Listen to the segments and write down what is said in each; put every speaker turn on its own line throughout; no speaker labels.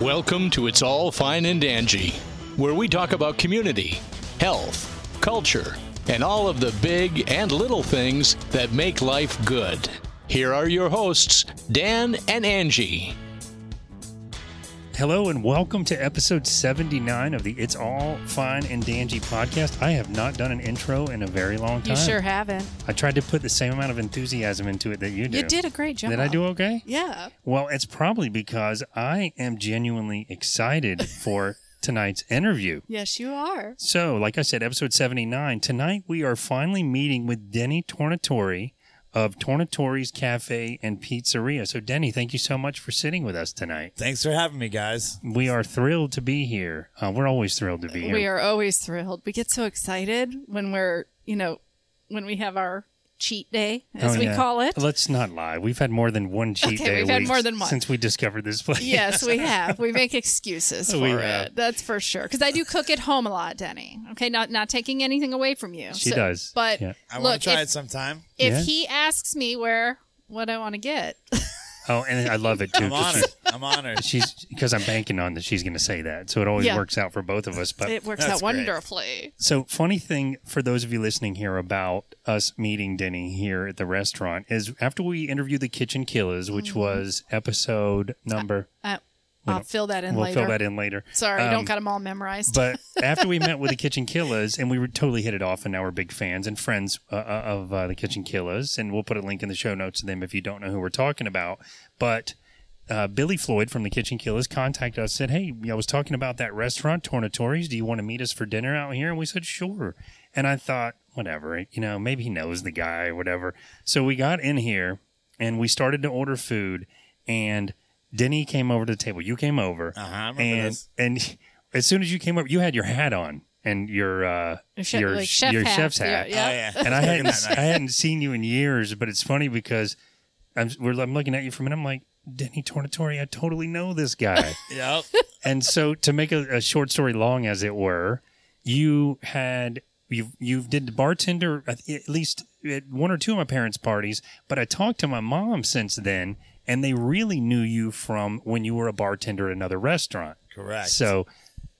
Welcome to It's All Fine and Angie, where we talk about community, health, culture, and all of the big and little things that make life good. Here are your hosts, Dan and Angie.
Hello and welcome to episode 79 of the It's All Fine and Dangy podcast. I have not done an intro in a very long
You
time.
sure haven't.
I tried to put the same amount of enthusiasm into it that you did.
You did a great job.
Did I do okay?
Yeah.
Well, it's probably because I am genuinely excited for tonight's interview.
Yes, you are.
So, like I said, episode 79, tonight we are finally meeting with Denny Tornatori of Tornatori's Cafe and Pizzeria. So, Denny, thank you so much for sitting with us tonight.
Thanks for having me, guys.
We are thrilled to be here. Uh, we're always thrilled to be here.
We are always thrilled. We get so excited when we're, you know, when we have our cheat day, as
Oh,
we
yeah.
call it.
Let's not lie. We've had more than one cheat
Okay,
day.
we've had
week
more than one.
since we discovered this place.
Yes, we have. We make excuses for
We
it.
have.
That's for sure. Because I do cook at home a lot, Denny. Okay, not not taking anything away from you.
She
So-
does.
But
Yeah.
I want
look,
to try
if,
it sometime.
if
Yeah.
he asks me where what I want to get,
Oh, and I love it too.
I'm
'cause
honored. I'm honored.
she- She's because I'm banking on that she's going to say that, so it always
Yeah.
works out for both of us. But
it works out
That's great.
wonderfully.
so funny thing for those of you listening here about us meeting Denny here at the restaurant is after we interviewed the Kitchen Killers, which was episode number.
Mm-hmm. Uh,
We
I'll
don't-
fill that in
we'll
later.
fill that in later.
Sorry, I don't
Um,
got them all memorized.
But after we met with the Kitchen Killers, and we were totally hit it off, and now we're big fans and friends uh, uh, of uh, the Kitchen Killers, and we'll put a link in the show notes to them if you don't know who we're talking about. But uh, Billy Floyd from the Kitchen Killers contacted us, said, "Hey, I was talking about that restaurant, Tornatore's. Do you want to meet us for dinner out here?" And we said, "Sure." And I thought, whatever, you know, maybe he knows the guy, whatever. So we got in here and we started to order food, and Denny came over to the table. You came over,
Uh-huh, I remember
and
this.
and as soon as you came up, you had your hat on and your uh,
Your chef-
your
like chef
your
hat.
chef's
Yeah,
hat.
yeah.
Oh, yeah.
And I hadn't
Looking that
I hadn't seen you in years, but it's funny because I'm we're, I'm looking at you from and I'm like Denny Tornatori. I totally know this guy.
nice. Yep.
and so to make a, a short story long, as it were, you had you you did the bartender at at least at one or two of my parents' parties. But I talked to my mom since then, and they really knew you from when you were a bartender at another restaurant.
Correct.
So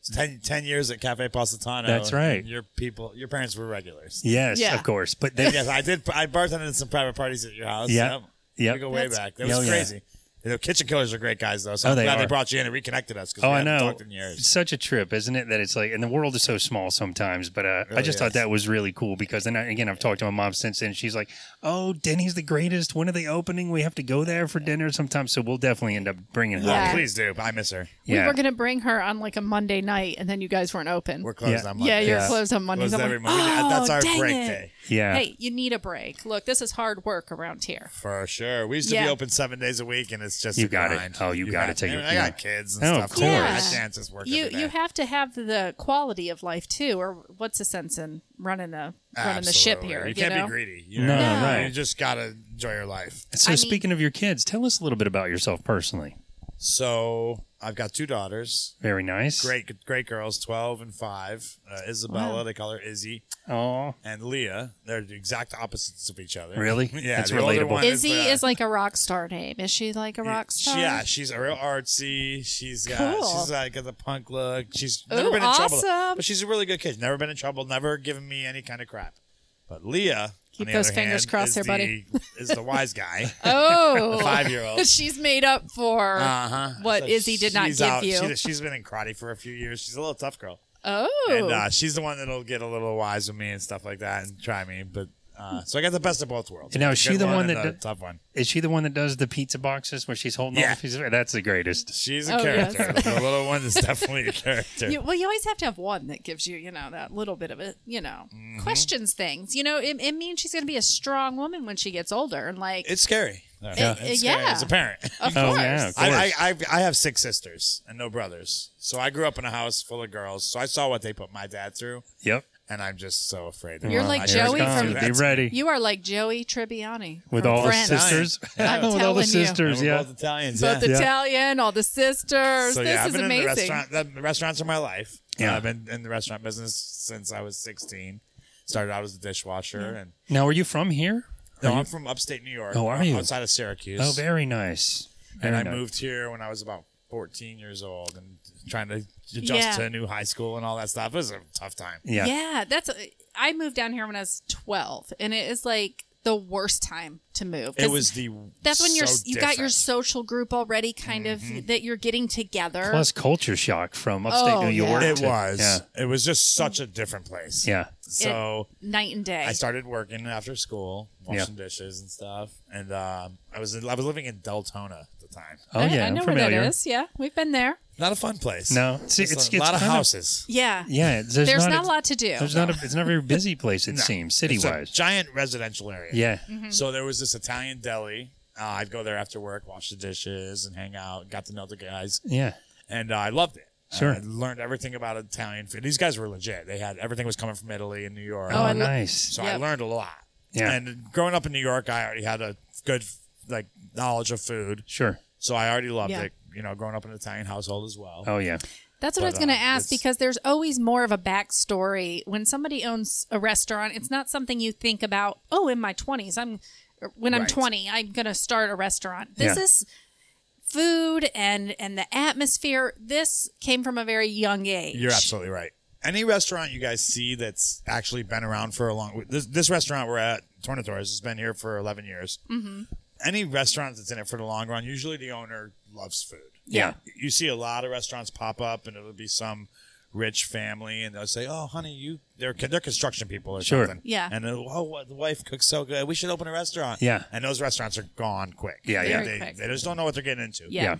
It's 10, 10 years at Cafe Positano.
That's right.
Your people, your parents were regulars.
yes,
Yeah.
of course. But they,
yes, I did. I bartended at some private parties at your house.
Yeah. Yeah.
We go way
That's-
back. That
Oh,
was
yeah.
crazy. You know, kitchen killers are great guys, though. So
Oh,
I'm
they
glad
are.
they brought you in and reconnected us because
Oh,
we
I
haven't
know.
talked in
It's
years.
such a trip, isn't it? That it's like, and the world is so small sometimes. But uh, I
really
just thought
is.
that was really cool because then I, again, I've talked to my mom since then. She's like, "Oh, Denny's the greatest. When are they opening? We have to go there for dinner sometimes." So we'll definitely end up bringing her.
Yeah.
Oh, please do. I miss her.
We
Yeah.
were gonna bring her on like a Monday night, and then you guys weren't open.
We're closed
Yeah.
on Monday.
yeah, you're
Yeah.
closed on Mondays.
Closed
I'm
every
like,
Monday.
oh,
That's our
dang
break
it.
day.
Yeah.
Hey, you need a break. Look, this is hard work around here.
For sure. We used to
Yeah.
be open seven days a week, and it's just
You
a
got it.
grind.
Oh, you gotta
have-
take
I
it,
mean, I
yeah.
got kids and
Oh,
stuff.
of
too. I
course.
can't just work.
You
every day.
you have to have the quality of life too, or what's the sense in running the running the ship
Absolutely.
here?
You can't
know?
be greedy. You
No,
know?
No. right.
You just gotta enjoy your life.
so
I mean-
speaking of your kids, tell us a little bit about yourself personally.
So I've got two daughters.
Very nice.
Great, great girls, twelve and five. Uh, Isabella, they call her Izzy,
Oh,
and Leah. They're the exact opposites of each other.
Really?
yeah,
That's
the older
relatable.
one
Izzy
uh,
is like a rock star name. Is she like a rock
she-
star?
Yeah, she's a real artsy. She's got
Cool.
she's like got the punk look. She's never
Ooh,
been in trouble,
awesome.
but she's a really good kid. Never been in trouble. Never given me any kind of crap. But Leah,
Keep
on the
those
other
fingers
hand,
crossed
is
there, buddy.
the- is the wise guy.
Oh,
Five year old.
she's made up for
Uh-huh.
what
So
Izzy did not
she's
give
out.
you.
She, she's been in karate for a few years. She's a little tough girl.
oh,
And uh, she's the one that'll get a little wise with me and stuff like that and try me. But uh, so I got the best of both worlds.
And now is she
Good
the one
and
that
a
d-
tough one.
is she the one that does the pizza boxes where she's holding all
Yeah.
the pieces? That's the greatest.
She's a
Oh, yes.
character. the little one is definitely a character.
You, well, you always have to have one that gives you, you know, that little bit of it, you know,
Mm-hmm.
questions things. You know, it, it means she's going to be a strong woman when she gets older. And like,
it's scary.
Yeah.
It's
Yeah.
scary as a parent.
of
Oh,
course.
yeah, of course.
I, I, I've- I have six sisters and no brothers. So I grew up in a house full of girls. So I saw what they put my dad through.
Yep.
And I'm just so afraid.
You're
what
like
my
Joey
dad's
from-
gonna do.
Be ready
You are like Joey Tribbiani.
with
from
all the
Friends.
sisters.
Yeah.
with all
telling
the
you.
sisters.
We're
Yeah.
both Italians. yeah.
Both Italian, all the sisters.
So
this
yeah, I've
is
been in the
amazing.
restaurant. The the restaurants are my life.
Yeah.
I've been in the restaurant business since I was 16. Started out as a dishwasher, and
Now, are you from here?
no,
Are you-
I'm from upstate New York.
Oh, are you?
outside of Syracuse?
Oh, very nice.
and
Very
I
nice.
moved here when I was about 14 years old and trying to adjust
Yeah.
to a new high school and all that stuff. It was a tough time.
Yeah.
Yeah, that's. I moved down here when I was twelve, and it is like the worst time to move. 'cause
It was the
That's when you're
so
you got your
different. Mm-hmm.
social group already, kind of that you're getting together.
Plus culture shock from upstate
Oh,
New York.
yeah.
It
to-
was.
Yeah.
It was just such a different place.
Yeah.
So
night and day.
I started working after school, washing dishes and stuff, and um, I was I was living in Deltona at the time.
Oh
I,
yeah.
I
I'm
know
familiar.
where that is. Yeah, we've been there.
Not a fun place.
No. See,
it's,
it's-
a
it's
lot of
kind of-
houses.
Yeah,
Yeah. There's,
There's
not,
not, a lot to do.
There's not a, it's not a very busy place, it seems, city
It's a
wise.
giant residential area.
Yeah.
Mm-hmm. Hmm.
So there was this Italian deli. Uh, I'd go there after work, wash the dishes, and hang out. Got to know the guys,
Yeah.
and uh, I loved it.
Sure.
I learned everything about Italian food. These guys were legit. They had everything was coming from Italy and New York.
Oh,
Oh,
I lo-
nice.
So I
Yep.
learned a lot.
Yeah.
And growing up in New York, I already had a good like knowledge of food,
Sure.
so I already loved
Yeah.
it. You know, growing up in an Italian household as well.
Oh yeah.
That's what I was
But,
going to
um,
ask
it's-
because there's always more of a backstory when somebody owns a restaurant. It's not something you think about. Oh, in my 20s, I'm or when I'm 20,
Right.
I'm going to start a restaurant. This
Yeah.
is food and and the atmosphere. This came from a very young age.
You're absolutely right. Any restaurant you guys see that's actually been around for a long this, this restaurant we're at Tornatores has been here for 11 years. Mm-hmm. Any restaurant that's in it for the long run, usually the owner loves food.
Yeah.
you see a lot of restaurants pop up, and it'll be some rich family, and they'll say, "Oh, honey, you they're they're construction people or
Sure.
something."
Yeah.
and they'll, oh, what- the wife cooks so good, we should open a restaurant.
Yeah.
and those restaurants are gone quick.
Yeah,
They-
yeah.
Very
They,
quick.
they just don't know what they're getting into.
Yeah.
Yeah.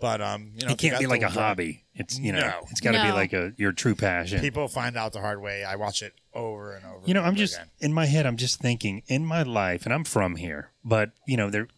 but um, you know,
It
if you
can't be
got
like
the
a
right-
hobby. It's you know,
No.
it's got to be
No.
like a your true passion.
People find out the hard way. I watch it over and over.
you know,
and
I'm
over
just
again.
in my head. I'm just thinking in my life, and I'm from here, but you know, there,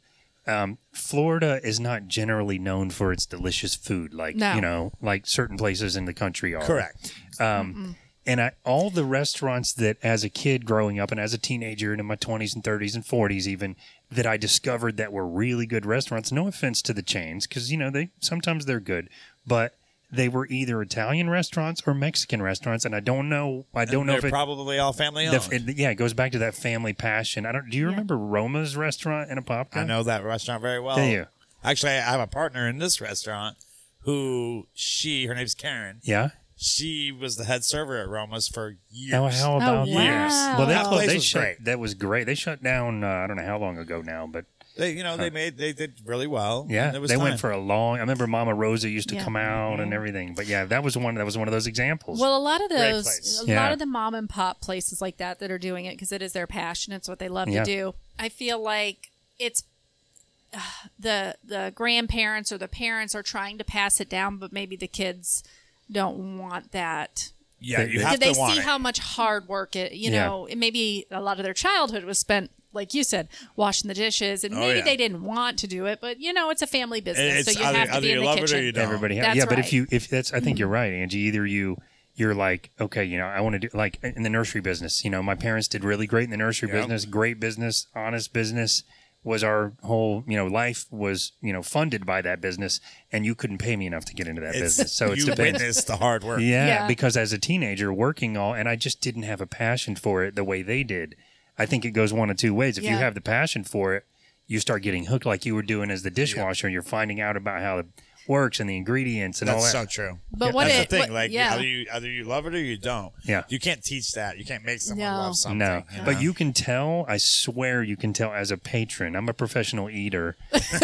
um, Florida is not generally known for its delicious food, like
No.
you know, like certain places in the country are.
correct.
Um, and I, all the restaurants that, as a kid growing up, and as a teenager, and in my 20s and 30s and 40s, even that I discovered that were really good restaurants. No offense to the chains, because you know they sometimes they're good, but they were either Italian restaurants or Mexican restaurants, and I don't know. I don't know
They're
if it
probably all family
the f-
owned.
it- yeah, it goes back to that family passion. I don't. Do you remember Roma's restaurant in Apopka?
I know that restaurant very well.
Do you?
Actually, I have a partner in this restaurant who she her name's Karen.
Yeah.
She was the head server at Roma's for years.
Now, Oh, how about
Oh, wow.
that? Well, that,
That
clo-
place
they
was
shut,
great.
That was great. They shut down. Uh, I don't know how long ago now, but
They, you know, they made they did really well.
yeah,
And it was
they
time.
went for a long. I remember Mama Rosa used to
Yeah.
come out and everything. But yeah, that was one. That was one of those examples.
Well, a lot of
Great
those,
place.
a
Yeah.
lot of the mom and pop places like that that are doing it because it is their passion. It's what they love
Yeah.
to do. I feel like it's uh, the the grandparents or the parents are trying to pass it down, but maybe the kids don't want that.
yeah.
Did
You
Did
have
they
to want
see
it.
how much hard work it? You
Yeah.
know, it maybe a lot of their childhood was spent. Like you said, washing the dishes, and
Oh,
maybe
yeah.
they didn't want to do it, but you know, it's a family business,
it's
so you
either,
have to
either
be in
you
the
love
kitchen.
it or you don't.
everybody. Has,
That's
yeah, but if
right. Mm-hmm.
you, if that's, I think you're right, Angie. Either you, you're like, okay, you know, I want to do like in the nursery business. You know, my parents did really great in the nursery
Yeah.
business. Great business, honest business was our whole. You know, life was you know funded by that business, and you couldn't pay me enough to get into that business. So it's
you
depends.
witnessed the hard work.
Yeah,
Yeah.
because as a teenager working all and I just didn't have a passion for it the way they did. I think it goes one of two ways. If you
Yeah.
have the passion for it, you start getting hooked like you were doing as the dishwasher and you're finding out about how it works and the ingredients and
That's
all
so
that.
true.
But what
That's
it-
the thing.
what-
like
yeah.
either you either you love it or you don't.
Yeah.
You can't teach that. You can't make someone
No.
love something.
no,
you know?
but you can tell. I swear, you can tell as a patron. I'm a professional eater.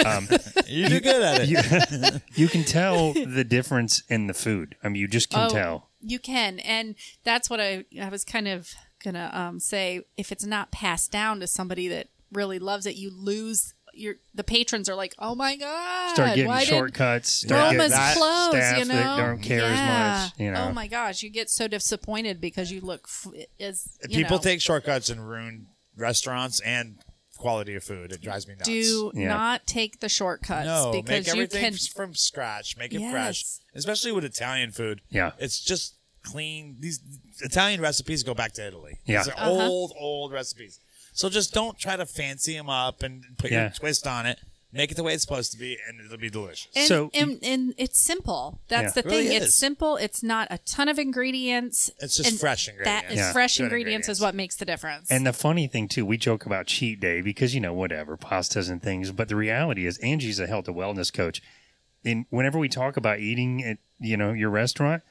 Um,
you do good at it.
you can tell the difference in the food. I mean, you just can
Oh,
tell.
You can, and that's what I I was kind of gonna um, say. If it's not passed down to somebody that really loves it, you lose your. The patrons are like, "Oh my god,
Start getting
why did
shortcuts. Start
Roma's
getting
that
closed,"
staff
you know.
that don't care
yeah.
as much. You know.
Oh my gosh, you get so disappointed because you look f- as you
People
know,
take shortcuts and ruin restaurants and quality of food. It drives me nuts.
do
Yeah.
not take the shortcuts
no,
because
make
you
everything
can.
from scratch. Make it fresh,
Yes.
especially with Italian food.
Yeah.
it's just clean. These Italian recipes go back to Italy.
Yeah.
these are
Uh-huh.
old, old recipes. So just don't try to fancy them up and put
Yeah.
your twist on it. Make it the way it's supposed to be, and it'll be delicious.
And,
So-
and, and it's simple. That's
Yeah.
the
It really
thing. it's
is.
simple. It's not a ton of ingredients.
It's just
and
fresh
That
ingredients.
is
Yeah.
fresh
Good
ingredients
ingredients.
is what makes the difference.
And the funny thing too, we joke about cheat day because you know whatever pastas and things, but the reality is Angie's a health and wellness coach. and whenever we talk about eating at you know your restaurant,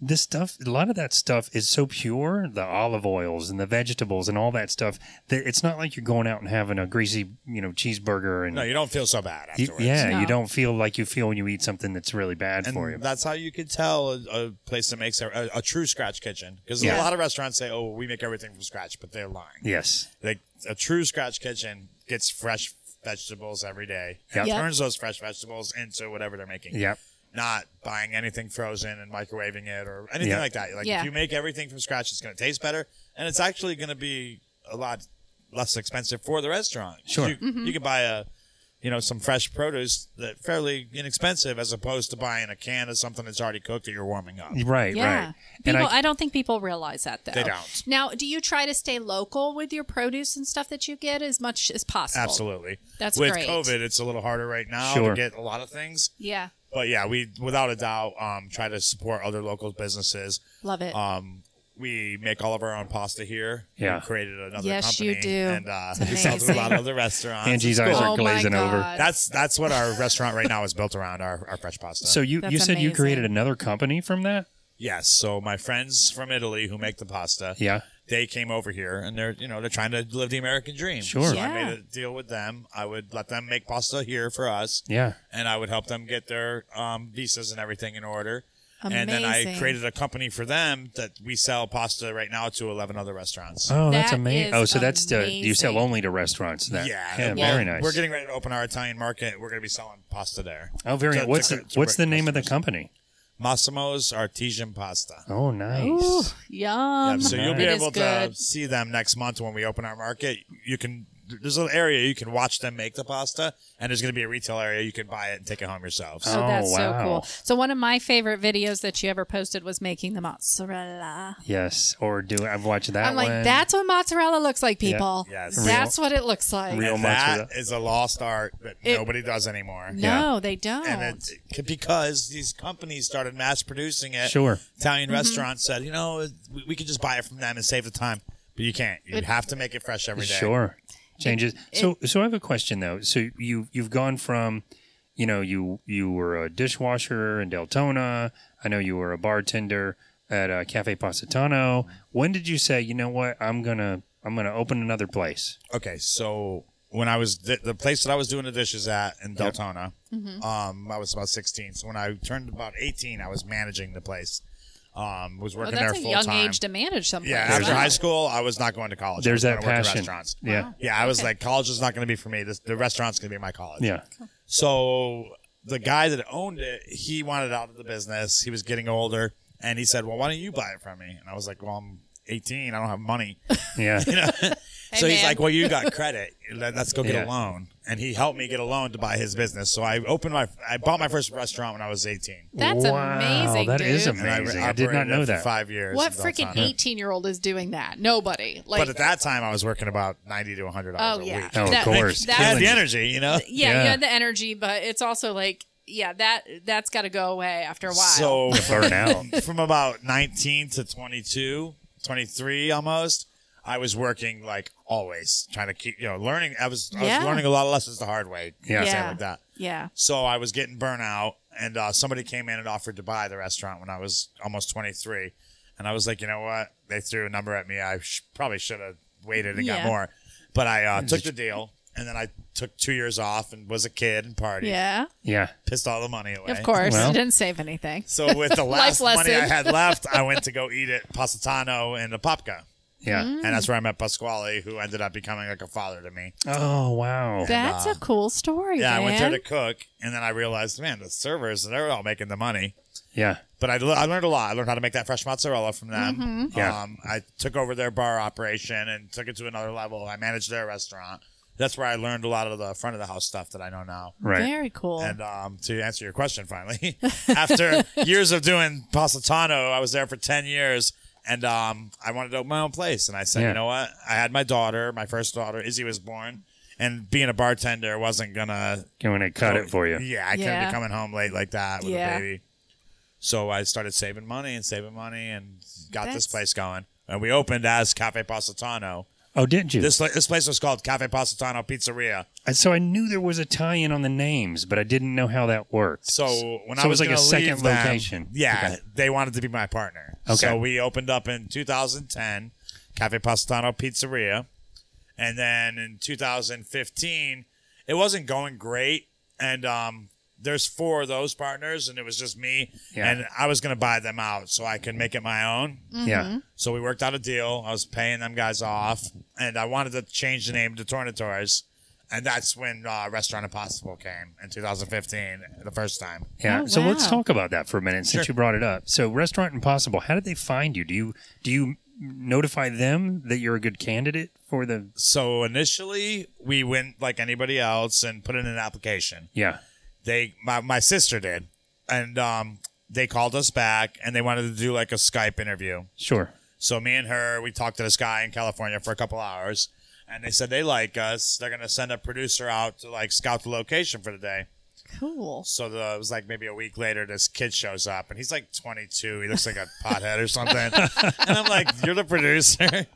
this stuff, a lot of that stuff is so pure, the olive oils and the vegetables and all that stuff that it's not like you're going out and having a greasy you know cheeseburger and
No, you don't feel so bad
you-
afterwards.
yeah,
No.
you don't feel like you feel when you eat something that's really bad for you.
And that's how you could tell a, a place that makes a, a, a true scratch kitchen. Because
Yeah.
a lot of restaurants say, oh, we make everything from scratch, but they're lying.
yes,
Like a true scratch kitchen gets fresh vegetables every day and
Yep.
turns those fresh vegetables into whatever they're making.
yep,
Not buying anything frozen and microwaving it or anything
Yeah.
like that. Like
Yeah.
if you make everything from scratch, it's going to taste better and it's actually going to be a lot less expensive for the restaurant.
Sure.
You,
Mm-hmm.
you can buy a you know some fresh produce that fairly inexpensive as opposed to buying a can of something that's already cooked that you're warming up.
right,
Yeah.
right. And
People,
I-
I, don't think people realize that though.
They don't.
Now, do you try to stay local with your produce and stuff that you get as much as possible?
Absolutely.
That's
With
great.
COVID, it's a little harder right now
Sure.
to get a lot of things.
Yeah,
But yeah, we without a doubt um, try to support other local businesses.
love it.
Um, we make all of our own pasta here.
Yeah.
we created another
Yes,
company.
you do.
And uh,
It's
we sell to a
amazing.
lot of other restaurants.
Angie's eyes
Oh
are glazing
my
over.
God.
That's that's what our restaurant right now is built around our, our fresh pasta.
So you
That's
you said you
amazing.
created another company from that?
yes, so my friends from Italy who make the pasta,
Yeah.
they came over here and they're you know they're trying to live the American dream.
Sure.
So I
Yeah.
made a deal with them. I would let them make pasta here for us.
Yeah.
and I would help them get their um, visas and everything in order. And then I
Amazing.
created a company for them that we sell pasta right now to 11 other restaurants.
Oh, that's
That
amazing.
is
Oh, so that's uh, you sell
amazing.
only to restaurants then?
yeah,
Yeah,
well,
very nice.
We're getting ready to open our Italian market. We're going to be selling pasta there.
Oh, very.
to-
nice.
to
what's
co-
the,
to
what's the name of the
customers.
company?
Massimo's Artesian Pasta.
Oh, nice.
Ooh, yum.
Oh,
Yep, so you'll be
It is
able to
good.
see them next month when we open our market. You can there's an area you can watch them make the pasta, and there's going to be a retail area you can buy it and take it home yourselves.
Oh,
Oh, that's
wow.
so cool. So one of my favorite videos that you ever posted was making the mozzarella.
Yes, or do I've watched that
I'm like,
one.
that's what mozzarella looks like,
Yeah.
people.
Yes.
That's what it looks like.
real
And that
mozzarella.
is a lost art that
It-
nobody does anymore.
No, they don't.
and it, it- because these companies started mass producing it.
Sure.
Italian
Mm-hmm.
restaurants said, you know, we, we could just buy it from them and save the time, but you can't. You
It-
have to make it fresh every day.
Sure. Changes. so so I have a question though. So you you've gone from you know you you were a dishwasher in Deltona. I know you were a bartender at uh, Cafe Positano. When did you say, you know what, I'm going to I'm going to open another place?
Okay, so when I was the, the place that I was doing the dishes at in Deltona,
Mm-hmm.
um, I was about 16. So when I turned about 18, I was managing the place. Um, was
well,
working
Oh,
there
that's a
full
young
time.
age to manage something.
yeah, after high school, I was not going to college. I
There's
was gonna
that
work in
passion.
Restaurants.
Yeah.
Yeah, I was like, college is not going to be for me. This, the restaurant's going to be my college.
Yeah.
So the guy that owned it, he wanted out of the business. He was getting older, and he said, "Well, why don't you buy it from me?" And I was like, "Well, I'm 18. I don't have money."
Yeah.
so he's
man.
like, "Well, you got credit. Let- Let's go get
Yeah.
a loan." And he helped me get a loan to buy his business. So I opened my, I bought my first restaurant when I was 18.
That's
Wow,
amazing.
that
dude.
is
And I
Amazing. I did not
operated it
know
for
that.
Five years.
What
in Deltona.
freaking 18 year old is doing that? Nobody. Like,
But at that time, I was working about 90 to 100 hours
oh,
a
yeah.
week.
Oh, of
That-
course.
I had
That,
the energy, you know.
yeah,
Yeah.
you had the energy, but it's also like, yeah, that that's got to go away after a while.
So
Burn out.
from about 19 to 22, 23 almost, I was working like always, trying to keep, you know, learning. I was, I
Yeah.
was learning a lot of lessons the hard way.
Yeah.
Something
Yeah.
like that.
yeah,
So I was getting burnout, and uh, somebody came in and offered to buy the restaurant when I was almost 23. And I was like, you know what? They threw a number at me. I sh- probably should have waited and got
Yeah.
more. But I uh, took the deal, and then I took two years off and was a kid and partied.
yeah,
Yeah.
Pissed all the money away.
of course.
Well-
I didn't save anything.
So with the last
Life
money I
lesson.
had left, I went to go eat at Positano and the Popka.
Yeah.
Mm.
And that's where I met Pasquale, who ended up becoming like a father to me.
Oh, wow.
That's a cool story.
Yeah,
man.
I went there to cook, and then I realized, man, the servers, they're all making the money.
yeah.
But I, le- I learned a lot. I learned how to make that fresh mozzarella from them.
Mm-hmm.
Yeah.
Um, I took over their bar operation and took it to another level. I managed their restaurant. That's where I learned a lot of the front of the house stuff that I know now.
Right.
Very cool.
And um, to answer your question, finally, after years of doing Positano, I was there for ten years, and um, I wanted to open my own place. And I said,
Yeah.
you know what? I had my daughter, my first daughter, Izzy was born, and being a bartender wasn't gonna
I'm going to cut it for you.
Oh, Yeah, I couldn't
Yeah.
be coming home late like that with
Yeah.
a baby. So I started saving money and saving money and got
That's-
this place going. And we opened as Cafe Positano.
Oh, didn't you?
This li- this place was called Cafe Positano Pizzeria.
I- so I knew there was Italian on the names, but I didn't know how that worked.
So when I
it
was,
like a
gonna
second
leave them,
location.
yeah,
Okay.
they wanted to be my partner.
Okay.
So we opened up in 2010, Cafe Positano Pizzeria, and then in 2015, it wasn't going great, and um, there's four of those partners, and it was just me,
Yeah.
and I was gonna buy them out so I could make it my own.
Mm-hmm.
Yeah.
So we worked out a deal. I was paying them guys off, and I wanted to change the name to Tornatores. And that's when uh, Restaurant Impossible came in 2015, the first time.
Yeah.
Oh,
so let's
wow.
talk about that for a minute since you brought it up. So Restaurant Impossible, how did they find you? Do you do you notify them that you're a good candidate for the
So initially, we went like anybody else and put in an application.
Yeah.
They, my, my sister did, and um, they called us back and they wanted to do like a Skype interview.
Sure.
So me and her, we talked to this guy in California for a couple hours, and they said they like us. They're gonna send a producer out to like scout the location for the day.
Cool.
So the, it was like maybe a week later, this kid shows up and he's like 22. He looks like a pothead or something. And I'm like, you're the producer.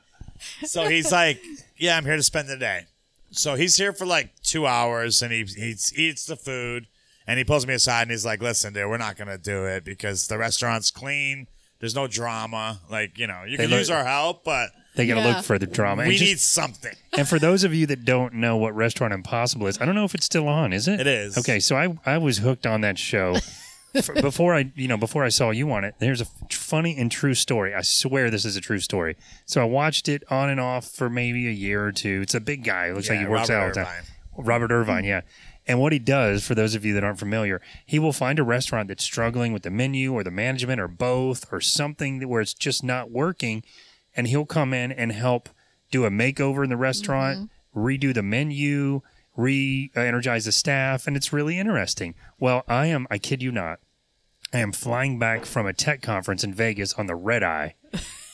So he's like, yeah, I'm here to spend the day. So he's here for like two hours and he, he eats the food and he pulls me aside and he's like, listen, dude, we're not going to do it because the restaurant's clean. There's no drama. Like, you know, you
They
can
look-
use our help, but
They gotta
Yeah.
look for the drama.
we
and, just-
need something.
and for those of you that don't know what Restaurant Impossible is, I don't know if it's still on, is it?
It is.
Okay, so I I was hooked on that show. F- before I, you know, before I saw you on it, there's a f- funny and true story. I swear this is a true story. So I watched it on and off for maybe a year or two. It's a big guy. It looks like
Yeah,
he works out
Robert
all the time.
Irvine. Hmm.
Robert Irvine, yeah. And what he does, for those of you that aren't familiar, he will find a restaurant that's struggling with the menu or the management or both or something that- where it's just not working, and he'll come in and help do a makeover in the restaurant, redo the menu, re-energize the staff, and it's really interesting. Well, I am, I kid you not, I am flying back from a tech conference in Vegas on the red eye,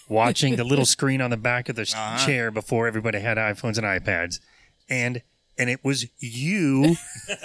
watching the little screen on the back of the s-
Uh-huh.
chair before everybody had iPhones and iPads, and and it was you,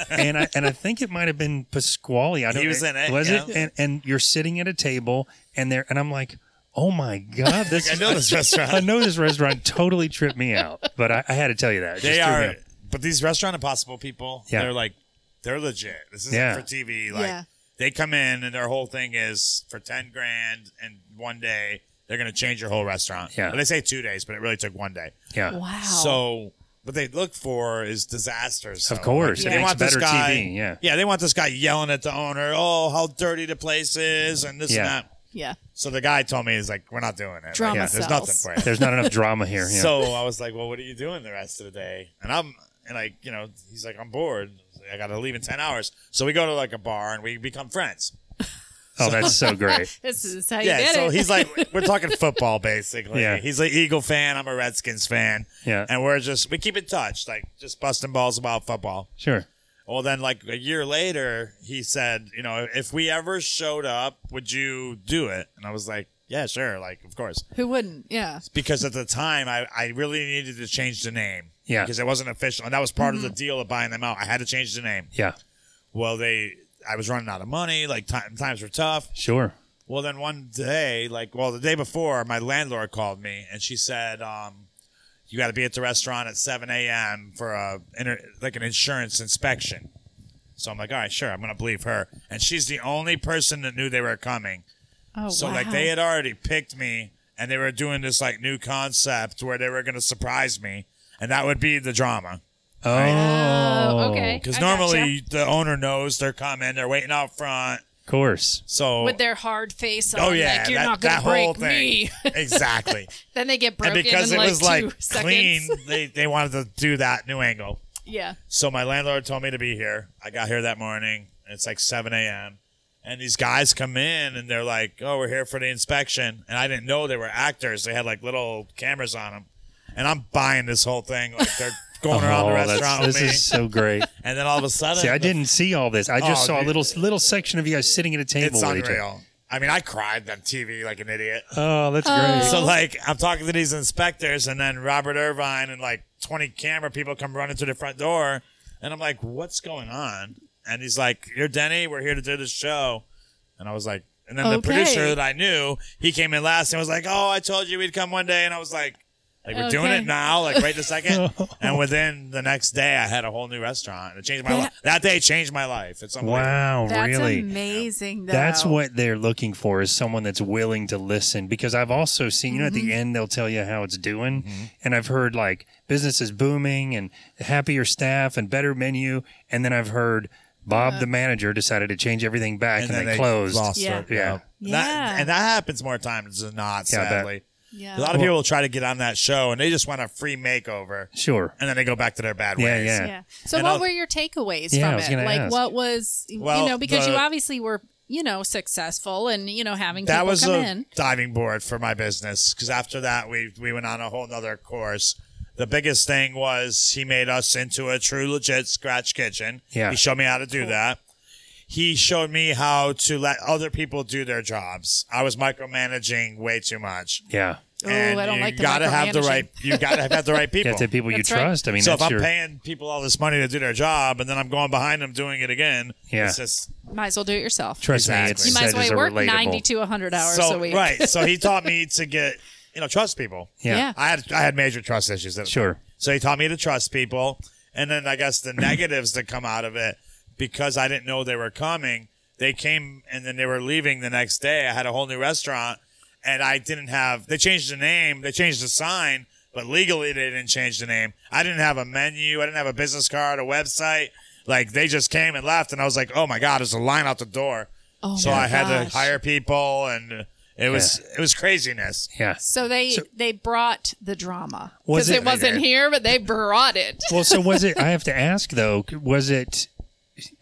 and I and I think it might have been Pasquale. I don't.
He was in it,
Was
yeah.
it? And and you're sitting at a table, and there, and I'm like, oh my god, this.
I
is-
know this restaurant.
I know this restaurant totally tripped me out, but I, I had to tell you that. It
They
just threw me
are,
out.
but these restaurant impossible people,
Yeah.
they're like, they're legit. This isn't
Yeah.
for TV. Like
Yeah.
they come in and their whole thing is for ten grand and one day they're gonna change your whole restaurant.
Yeah.
Well, they say two days, but it really took one day.
Yeah.
Wow.
So what they look for is disasters.
Of
though.
course,
Like,
it
they
makes
want this
better
guy.
TV. Yeah.
Yeah, they want this guy yelling at the owner, "Oh, how dirty the place is," and this
Yeah.
and that.
yeah.
So the guy told me, "He's like, we're not doing it.
Drama
Like, There's
sells.
nothing for it."
There's not enough drama here. Yeah.
So I was like, "Well, what are you doing the rest of the day?" And I'm and like, you know, he's like, "I'm bored. I got to leave in ten hours." So we go to like a bar and we become friends.
oh, that's so great.
This is how Oh, you
yeah.
did
So
it.
he's like, "We're talking football, basically."
Yeah.
He's an Eagle fan. I'm a Redskins fan.
Yeah.
And we're just we keep in touch, like just busting balls about football.
Sure.
Well, then like a year later, he said, "You know, if we ever showed up, would you do it?" And I was like, "Yeah, sure. Like, of course."
Who wouldn't? Yeah.
because at the time I, I really needed to change the name.
Yeah.
Because it wasn't official. And that was part of the deal of buying them out. I had to change the name.
Yeah.
Well, they I was running out of money, like time, times were tough.
Sure.
Well, then one day, like, well, the day before, my landlord called me and she said, um, "You got to be at the restaurant at 7 a.m. for a inter- like an insurance inspection." So I'm like, "All right, sure, I'm gonna believe her." And she's the only person that knew they were coming.
Oh,
So
wow.
like they had already picked me, and they were doing this like new concept where they were going to surprise me, and that would be the drama.
Oh.
Oh, okay.
Because
I
normally the owner knows they're coming, they're waiting out front.
Of course.
So
with their hard face on,
oh yeah,
like, you're
that,
not
that
gonna break
whole thing
me.
exactly.
then they get
and
broken
because
in
it
like
was
two
like
seconds.
clean, they they wanted to do that new angle.
Yeah.
So my landlord told me to be here. I got here that morning. and It's like 7 a.m. And these guys come in and they're like, oh, we're here for the inspection. And I didn't know they were actors. They had like little cameras on them. And I'm buying this whole thing. Like they're going around the
Oh, that's-
restaurant with
this
me.
is so great.
And then all of a sudden,
See, I didn't see all this. I just
Oh,
saw a
dude.
little little section of you guys sitting at a table
it's
with each other.
unreal. I mean, I cried on TV like an idiot.
Oh, that's great.
So like I'm talking to these inspectors, and then Robert Irvine and like 20 camera people come running to the front door, and I'm like, "What's going on?" And he's like, "You're Denny. We're here to do this show." And I was like, and then the
Okay.
producer that I knew, he came in last and was like, "Oh, I told you we'd come one day," and I was like, Like we're doing
Okay.
it now, like right the second, and within the next day, I had a whole new restaurant. It changed my life. That day changed my life. It's unbelievable.
Wow,
That's
really?
amazing. Though.
That's what they're looking for is someone that's willing to listen because I've also seen, you know, at
Mm-hmm.
the end they'll tell you how it's doing.
Mm-hmm.
And I've heard like business is booming and happier staff and better menu. And then I've heard Bob, the manager, decided to change everything back and,
then
they, closed.
Lost
Yeah.
it.
Yeah.
That-
Yeah.
and that happens more times than not.
Yeah, I bet.
sadly,
Yeah.
a lot of people will try to get on that show and they just want a free makeover,
Sure.
and then they go back to their bad
Yeah,
ways.
yeah.
Yeah. So,
And
what
I'll-
were your takeaways
Yeah, I
from
was
it?
gonna
Like,
ask.
what was
Well,
you know because you
the-
obviously were you know successful and you know having
That
people
was
come
a
in.
diving board for my business because after that we we went on a whole nother course. The biggest thing was he made us into a true legit scratch kitchen.
Yeah.
he showed me how to do that. He showed me how to let other people do their jobs. I was micromanaging way too much.
Yeah.
Oh,
and
I don't
you
like the
gotta have the
micromanaging.
right. You gotta have the right people.
Yeah, to people
That's
you
right.
trust. I mean,
so if
that's
I'm
your.
paying people all this money to do their job, and then I'm going behind them doing it again,
Yeah.
it's just
Might as well do it yourself.
trust
Exactly.
me, it's
You
you might as
that is
well
a
work
relatable.
ninety to hundred hours
so
a week.
right. So he taught me to get you know trust people.
Yeah.
Yeah.
I had I had major trust issues. At the
Sure.
time. So he taught me to trust people, and then I guess the negatives that come out of it because I didn't know they were coming. They came and then they were leaving the next day. I had a whole new restaurant, and I didn't have. They changed the name. They changed the sign, but legally they didn't change the name. I didn't have a menu. I didn't have a business card, a website. Like they just came and left, and I was like, "Oh my god, there's a line out the door."
Oh
so
my
I had
gosh.
to hire people, and it was it was craziness.
Yeah.
So they they brought the drama
Was
because
it-
it, wasn't here, but they brought it.
well, so was it? I have to ask though. Was it?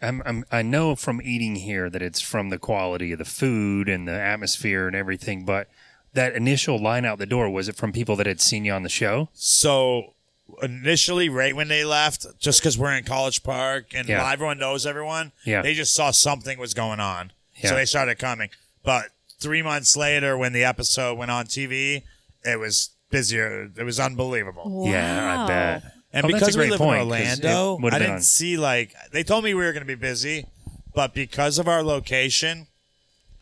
I'm, I'm, I know from eating here that it's from the quality of the food and the atmosphere and everything, but that initial line out the door was it from people that had seen you on the show?
So initially, right when they left, just because we're in College Park and
Yeah.
everyone knows everyone,
Yeah.
they just saw something was going on,
Yeah.
so they started coming. But three months later, when the episode went on TV, it was busier. It was unbelievable.
Yeah, I
Wow.
bet.
And
Oh, that's
because
a
we
great
live
point,
in
'cause it
Orlando,
would've
I
been
didn't
on-
see like they told me we were going to be busy, but because of our location,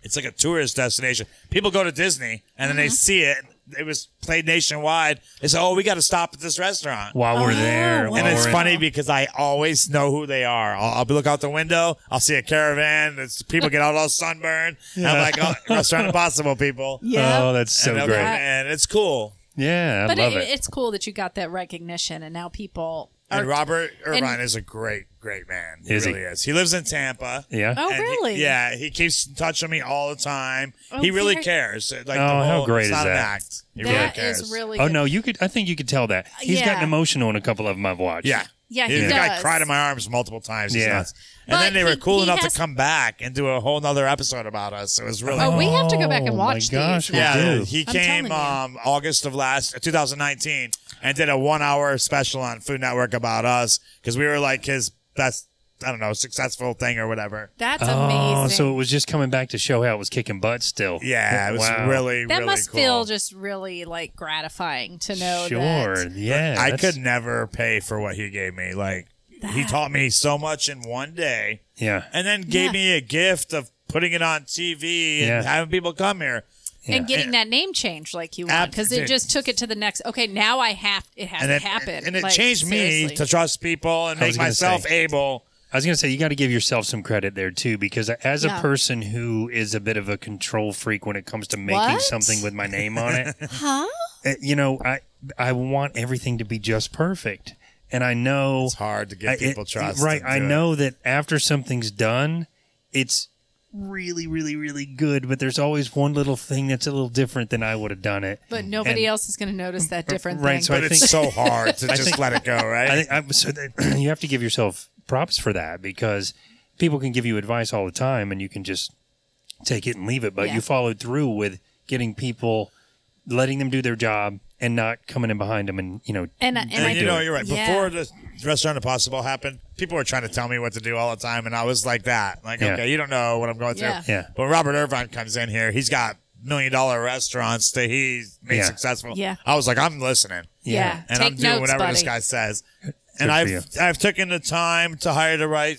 it's like a tourist destination. People go to Disney and then they see it. It was played nationwide. They say, "Oh, we got to stop at this restaurant."
while we're there,
Oh, wow.
while
and it's
we're in-
funny because I always know who they are. I'll, I'll look out the window. I'll see a caravan. It's, people get out all sunburned. and I'm like, oh, "Restaurant Impossible people."
Yeah.
Oh, that's so
and they'll-
great.
And it's cool.
Yeah, I
but
love
it,
it.
it's cool that you got that recognition, and now people are.
And Robert Irvine
and-
is a great, great man. He
Is he?
really is. He lives in Tampa.
Yeah.
oh,
And he-
really?
yeah, he keeps in touch with me all the time.
Oh,
he really
very-
cares. Like, the
Oh, how
whole-
great
it's
is
not An
that?
act. He really
That
cares.
is really.
Oh
good.
no, you could. I think you could tell that he's
Yeah.
gotten emotional in a couple of them I've watched.
Yeah.
Yeah,
Dude,
he
the guy
does.
cried in my arms multiple times. He's
Yeah.
nuts. And
But
then they were
he-
cool
he
enough
has-
to come back and do a whole nother episode about us. It was really
Oh, we have to go back and
Oh,
watch
my gosh,
these.
we
yeah,
do.
he
I'm
came
telling
um, August of last 2019 and did a one hour special on Food Network about us because we were like his best, I don't know, successful thing or whatever.
That's
Oh,
amazing.
so it was just coming back to show how it was kicking butt still.
Yeah, it was
Wow.
really
that
really
must
cool.
feel just really like gratifying to know
sure.
that.
Yeah,
I
that's-
could never pay for what he gave me. Like he taught me so much in one day,
Yeah,
and then gave
Yeah.
me a gift of putting it on TV and
Yeah.
having people come here.
And getting that name change like you want
Ab-
because it
dude.
just took it to the next. Okay, now I have it has
And
to
it
happen,
and it
Like,
changed me
seriously.
to trust people and
I
make
was gonna
myself
say.
able.
I was going to say you got to give yourself some credit there too, because as
Yeah.
a person who is a bit of a control freak when it comes to making
What?
something with my name on it,
huh?
uh, you know, I I want everything to be just perfect, and I know
It's hard to get
I- it-
people trust.
Right.
and
I
do it.
know that after something's done, it's really, really, really good, but there's always one little thing that's a little different than I would have done it.
But nobody
And-
else is going to notice that different
right,
thing.
so I
but it's
think-
so hard to just
think-
let it go. Right.
I think I, so that, you have to give yourself props for that because people can give you advice all the time and you can just take it and leave it, but
Yeah.
you followed through with getting people, letting them do their job and not coming in behind them and you know
and and,
And
I
you know, you're right.
Yeah.
Before the restaurant impossible happened, people were trying to tell me what to do all the time, and I was like that. Like,
Yeah.
okay, you don't know what I'm going through.
Yeah.
Yeah.
But Robert Irvine comes in here. He's got million dollar restaurants that he's made
Yeah.
successful.
Yeah.
I was like, I'm listening,
yeah,
and
take
I'm doing
notes,
whatever
buddy.
this guy says.
for
and I've
you.
I've taken the time to hire the right.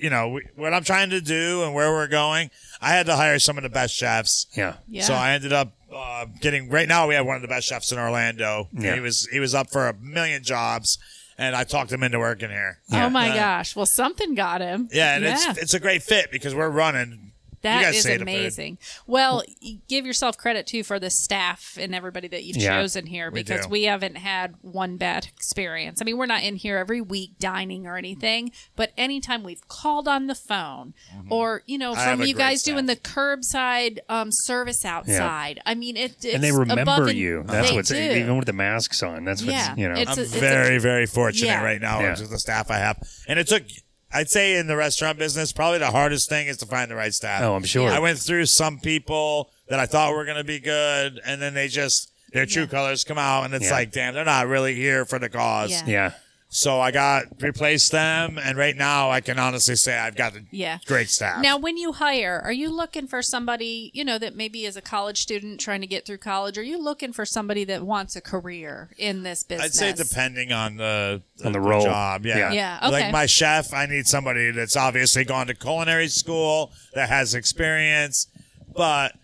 You know we, what I'm trying to do and where we're going. I had to hire some of the best chefs.
yeah.
Yeah.
So I ended up uh, job. Getting right now, we have one of the best chefs in Orlando.
Yeah.
He was he was up for a million jobs, and I talked him into working here.
Yeah.
Oh my gosh! Well, something got him.
Yeah, and it's it's a great fit because we're running. you
That
guys
is
say the food.
amazing. Well, y- give yourself credit too for the staff and everybody that you've
Yeah,
chosen here
we
because
do.
we haven't had one bad experience. I mean, we're not in here every week dining or anything, but anytime we've called on the phone or, you know,
Mm-hmm. have
from
a
you
great
guys
staff.
doing the curbside um, service outside. I mean, it, it's
and they remember
above and-
you. That's
they
what's
do.
even with the masks on. That's what's
Yeah,
you know.
it's
I'm
a-
very very fortunate
Yeah.
right now
Yeah.
with the staff I have, and it took. I'd say in the restaurant business, probably the hardest thing is to find the right staff.
Oh, I'm sure.
I went through some people that I thought were going to be good, and then they just their true colors come out, and it's
Yeah.
like, damn, they're not really here for the cause.
Yeah.
yeah.
So I got replaced them, and right now I can honestly say I've got the
Yeah.
great staff.
Now, when you hire, are you looking for somebody, you know, that maybe is a college student trying to get through college? Are you looking for somebody that wants a career in this business?
I'd say depending on the
On the role.
job. Yeah,
Yeah.
Yeah, okay.
Like my chef, I need somebody that's obviously gone to culinary school that has experience, but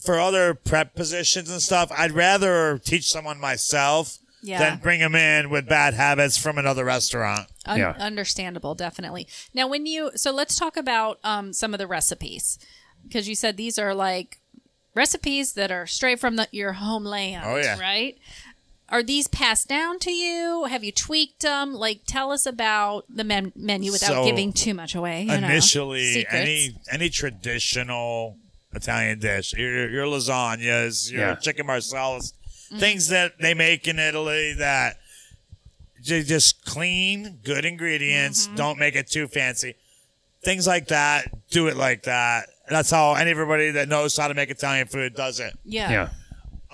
for other prep positions and stuff, I'd rather teach someone myself
Yeah.
than bring them in with bad habits from another restaurant.
Un-
Yeah.
Understandable, definitely. Now, when you, so let's talk about um, some of the recipes because you said these are like recipes that are straight from the, your homeland.
Oh, yeah.
Right? Are these passed down to you? Have you tweaked them? Like, tell us about the men- menu without
So,
giving too much away. you know,
initially
secrets.
any any traditional Italian dish, your your lasagnas, your
Yeah.
chicken marcellas,
Mm-hmm.
things that they make in Italy that j- just clean, good ingredients.
Mm-hmm.
Don't make it too fancy. Things like that. Do it like that. That's how anybody that knows how to make Italian food does it.
Yeah.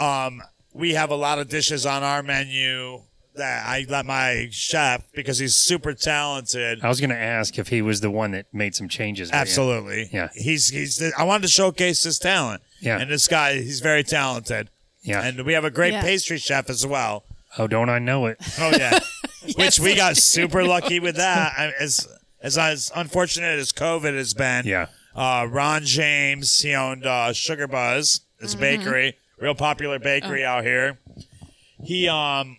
Yeah.
Um, we have a lot of dishes on our menu that I let my chef because he's super talented.
I was going to ask if he was the one that made some changes. right?
Absolutely.
Yeah.
He's he's. I wanted to showcase his talent.
Yeah.
And this guy, he's very talented.
Yeah.
And we have a great
Yeah.
pastry chef as well.
Oh, don't I know it?
Oh yeah.
Yes,
Which we
I
got super lucky with that. I, as as as unfortunate as COVID has been.
Yeah.
Uh, Ron James, he owned uh, Sugar Buzz. It's a bakery, real popular bakery out here. He um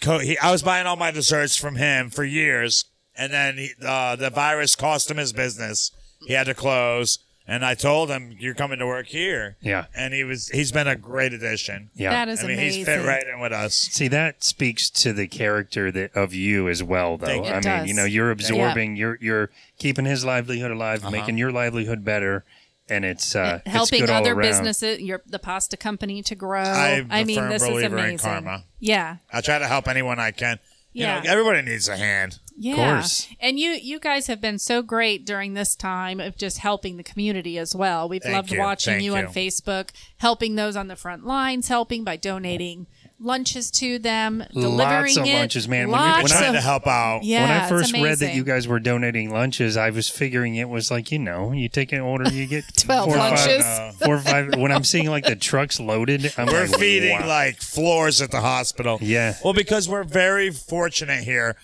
co- he, I was buying all my desserts from him for years, and then he, uh, the virus cost him his business. He had to close, and I told him, "You're coming to work here."
Yeah.
and he was. He's been a great addition.
Yeah.
That is
I mean,
amazing.
he's fit right in with us.
See, that speaks to the character that of you as well, though.
Thank you.
I mean,
It does.
you know, you're absorbing, you're you're keeping his livelihood alive,
Uh-huh.
making your livelihood better, and it's uh, it's
helping
good all
other
around.
businesses, your the pasta company to grow. i
I'm a
mean,
firm
this is
believer in
amazing.
karma.
Yeah,
I try to help anyone I can. You
Yeah.
know, everybody needs a hand.
yeah.
course.
And you you guys have been so great during this time of just helping the community as well. We've
Thank
loved
you.
watching
Thank
you, on
you.
Facebook, helping those on the front lines, helping by donating lunches to them, delivering
Lots of
it.
lunches, man. When you-
We're
Lots
trying
of,
to help out.
yeah,
when I
it's
first read that
amazing.
you guys were donating lunches, I was figuring it was like you know, you take an order, you get
12
four
lunches.
Or five, uh, four or five. When I'm seeing like the trucks loaded, I'm
We're
like,
feeding
wow.
like floors at the hospital.
Yeah.
Well, because we're very fortunate here.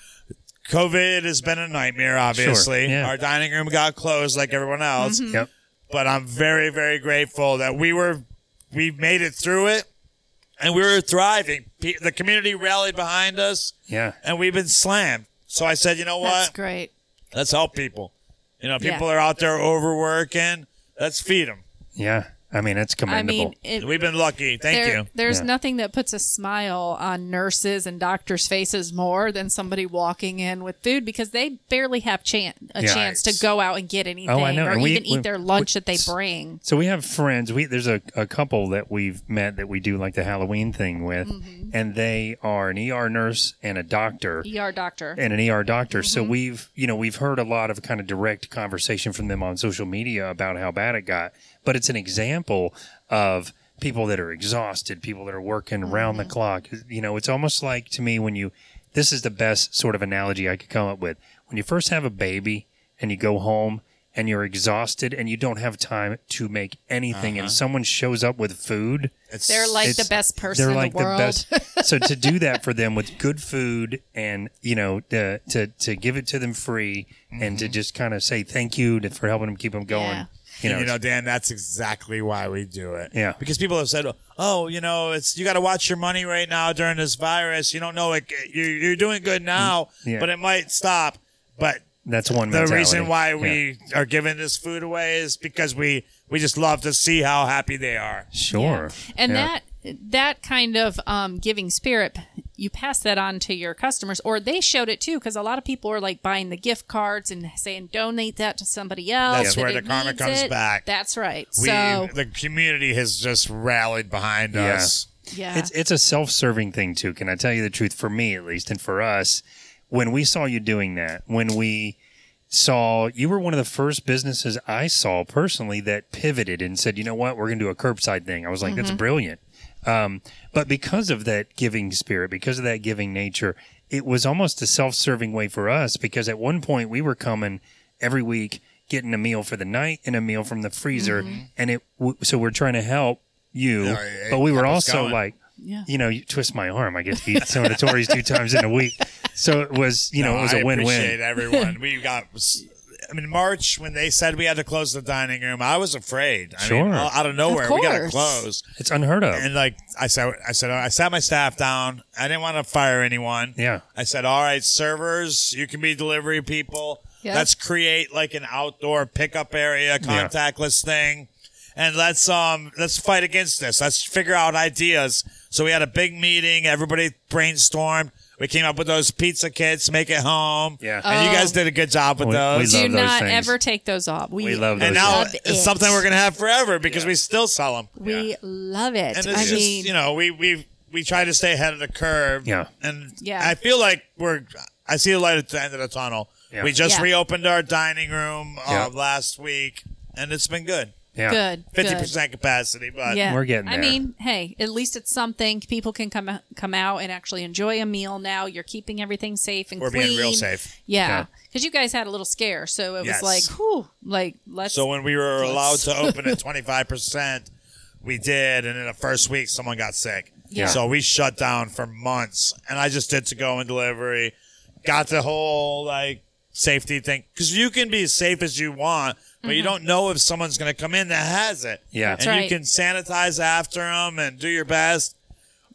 COVID has been a nightmare, obviously.
yeah.
Our dining room got closed like everyone else.
Mm-hmm.
Yep.
But I'm very, very grateful that we were, we made it through it and we were thriving. Pe- The community rallied behind us
Yeah.
and we've been slammed. So I said, you know
That's
what?
great.
Let's help people. You know,
Yeah.
people are out there overworking. Let's feed them.
Yeah. I mean, it's
I
commendable.
mean, it,
We've been lucky. Thank
There-
you.
There's
Yeah.
nothing that puts a smile on nurses and doctors' faces more than somebody walking in with food because they barely have chan- a
Yeah.
chance to go out and get anything
Oh, know.
or
And we-
even
we-
eat their lunch that they
we-
bring.
So we have friends. We there's a, a couple that we've met that we do like the Halloween thing with, and they are an ER nurse and a doctor
ER doctor.
and an ER doctor. So we've you know we've heard a lot of kind of direct conversation from them on social media about how bad it got, but it's an example of people that are exhausted, people that are working round the clock. You know, it's almost like to me when you this is the best sort of analogy I could come up with. When you first have a baby and you go home and you're exhausted and you don't have time to make anything and someone shows up with food
It's-
They're like the
it's-
best person in the world.
best. so to do that for them with good food and you know to to, to give it to them free and to just kind of say thank you to, for helping them keep them going.
Mm-hmm. Yeah.
You know,
you know, Dan, that's exactly why we do it.
Yeah.
Because people have said, "Oh, you know, it's you got to watch your money right now during this virus. You don't know it. You're, you're doing good now,
Mm, Yeah.
but it might stop." But
that's one.
the
mentality.
reason why
Yeah.
we are giving this food away is because we we just love to see how happy they are.
sure
Yeah. And
Yeah.
that that kind of um, giving spirit, you pass that on to your customers, or they showed it too, because a lot of people are like buying the gift cards and saying donate that to somebody else.
That's
that
where
it
the karma
needs
comes
it."
back.
That's right.
We
so
the community has just rallied behind
Yeah.
us.
yeah,
It's it's a self-serving thing too. Can I tell you the truth? For me, at least, and for us, when we saw you doing that, when we saw you were one of the first businesses I saw personally that pivoted and said, you know what, we're going to do a curbside thing. I was like, that's brilliant. Um, but because of that giving spirit, because of that giving nature, it was almost a self-serving way for us. Because at one point we were coming every week, getting a meal for the night and a meal from the freezer, and it. W- so we're trying to help you,
Yeah, it
but we were
kept us
also
going.
like
Yeah.
you know, you twist my arm. I get to eat Sonatories two times in a week. So it was, you know,
No,
it was
I
a
Appreciate
win-win.
everyone. We got. I mean, March when they said we had to close the dining room, I was afraid. I
Sure.
mean, out out of nowhere, we got to
course.
close.
It's unheard of.
And like I said, I said I sat my staff down. I didn't want to fire anyone.
Yeah.
I said, all right, servers, you can be delivery people.
Yeah.
Let's create like an outdoor pickup area, contactless thing, and let's um let's fight against this. Let's figure out ideas. So we had a big meeting. Everybody brainstormed. We came up with those pizza kits, make it home.
Yeah.
and you guys
Oh.
did a good job with
We- we
those.
love
do
those
not
things.
ever take those off. We,
We love
and
those
now
Love
it's
it.
something we're gonna have forever because we still sell them.
We love it.
And
I
it's just
mean,
you know we we we try to stay ahead of the curve.
Yeah.
And
Yeah.
I feel like we're I see the light at the end of the tunnel.
Yeah.
We just
Yeah.
reopened our dining room uh,
Yeah.
last week, and it's been good.
yeah.
good,
Fifty
good.
percent capacity, but
Yeah,
We're getting
I
there.
mean, hey, at least it's something people can come come out and actually enjoy a meal. Now you're keeping everything safe and
We're
clean.
being real safe.
Yeah.
Yeah, because you guys had a little scare, so it was
Yes.
like, whew, like let's.
so when we were allowed
Close.
to open at twenty five percent, we did, and in the first week, someone got sick.
Yeah.
So we shut down for months, and I just did to go and delivery. Got the whole like safety thing because you can be as safe as you want, but you don't know if someone's going to come in that has it.
Yeah.
and
That's
you
Mm-hmm. right.
can sanitize after them and do your best.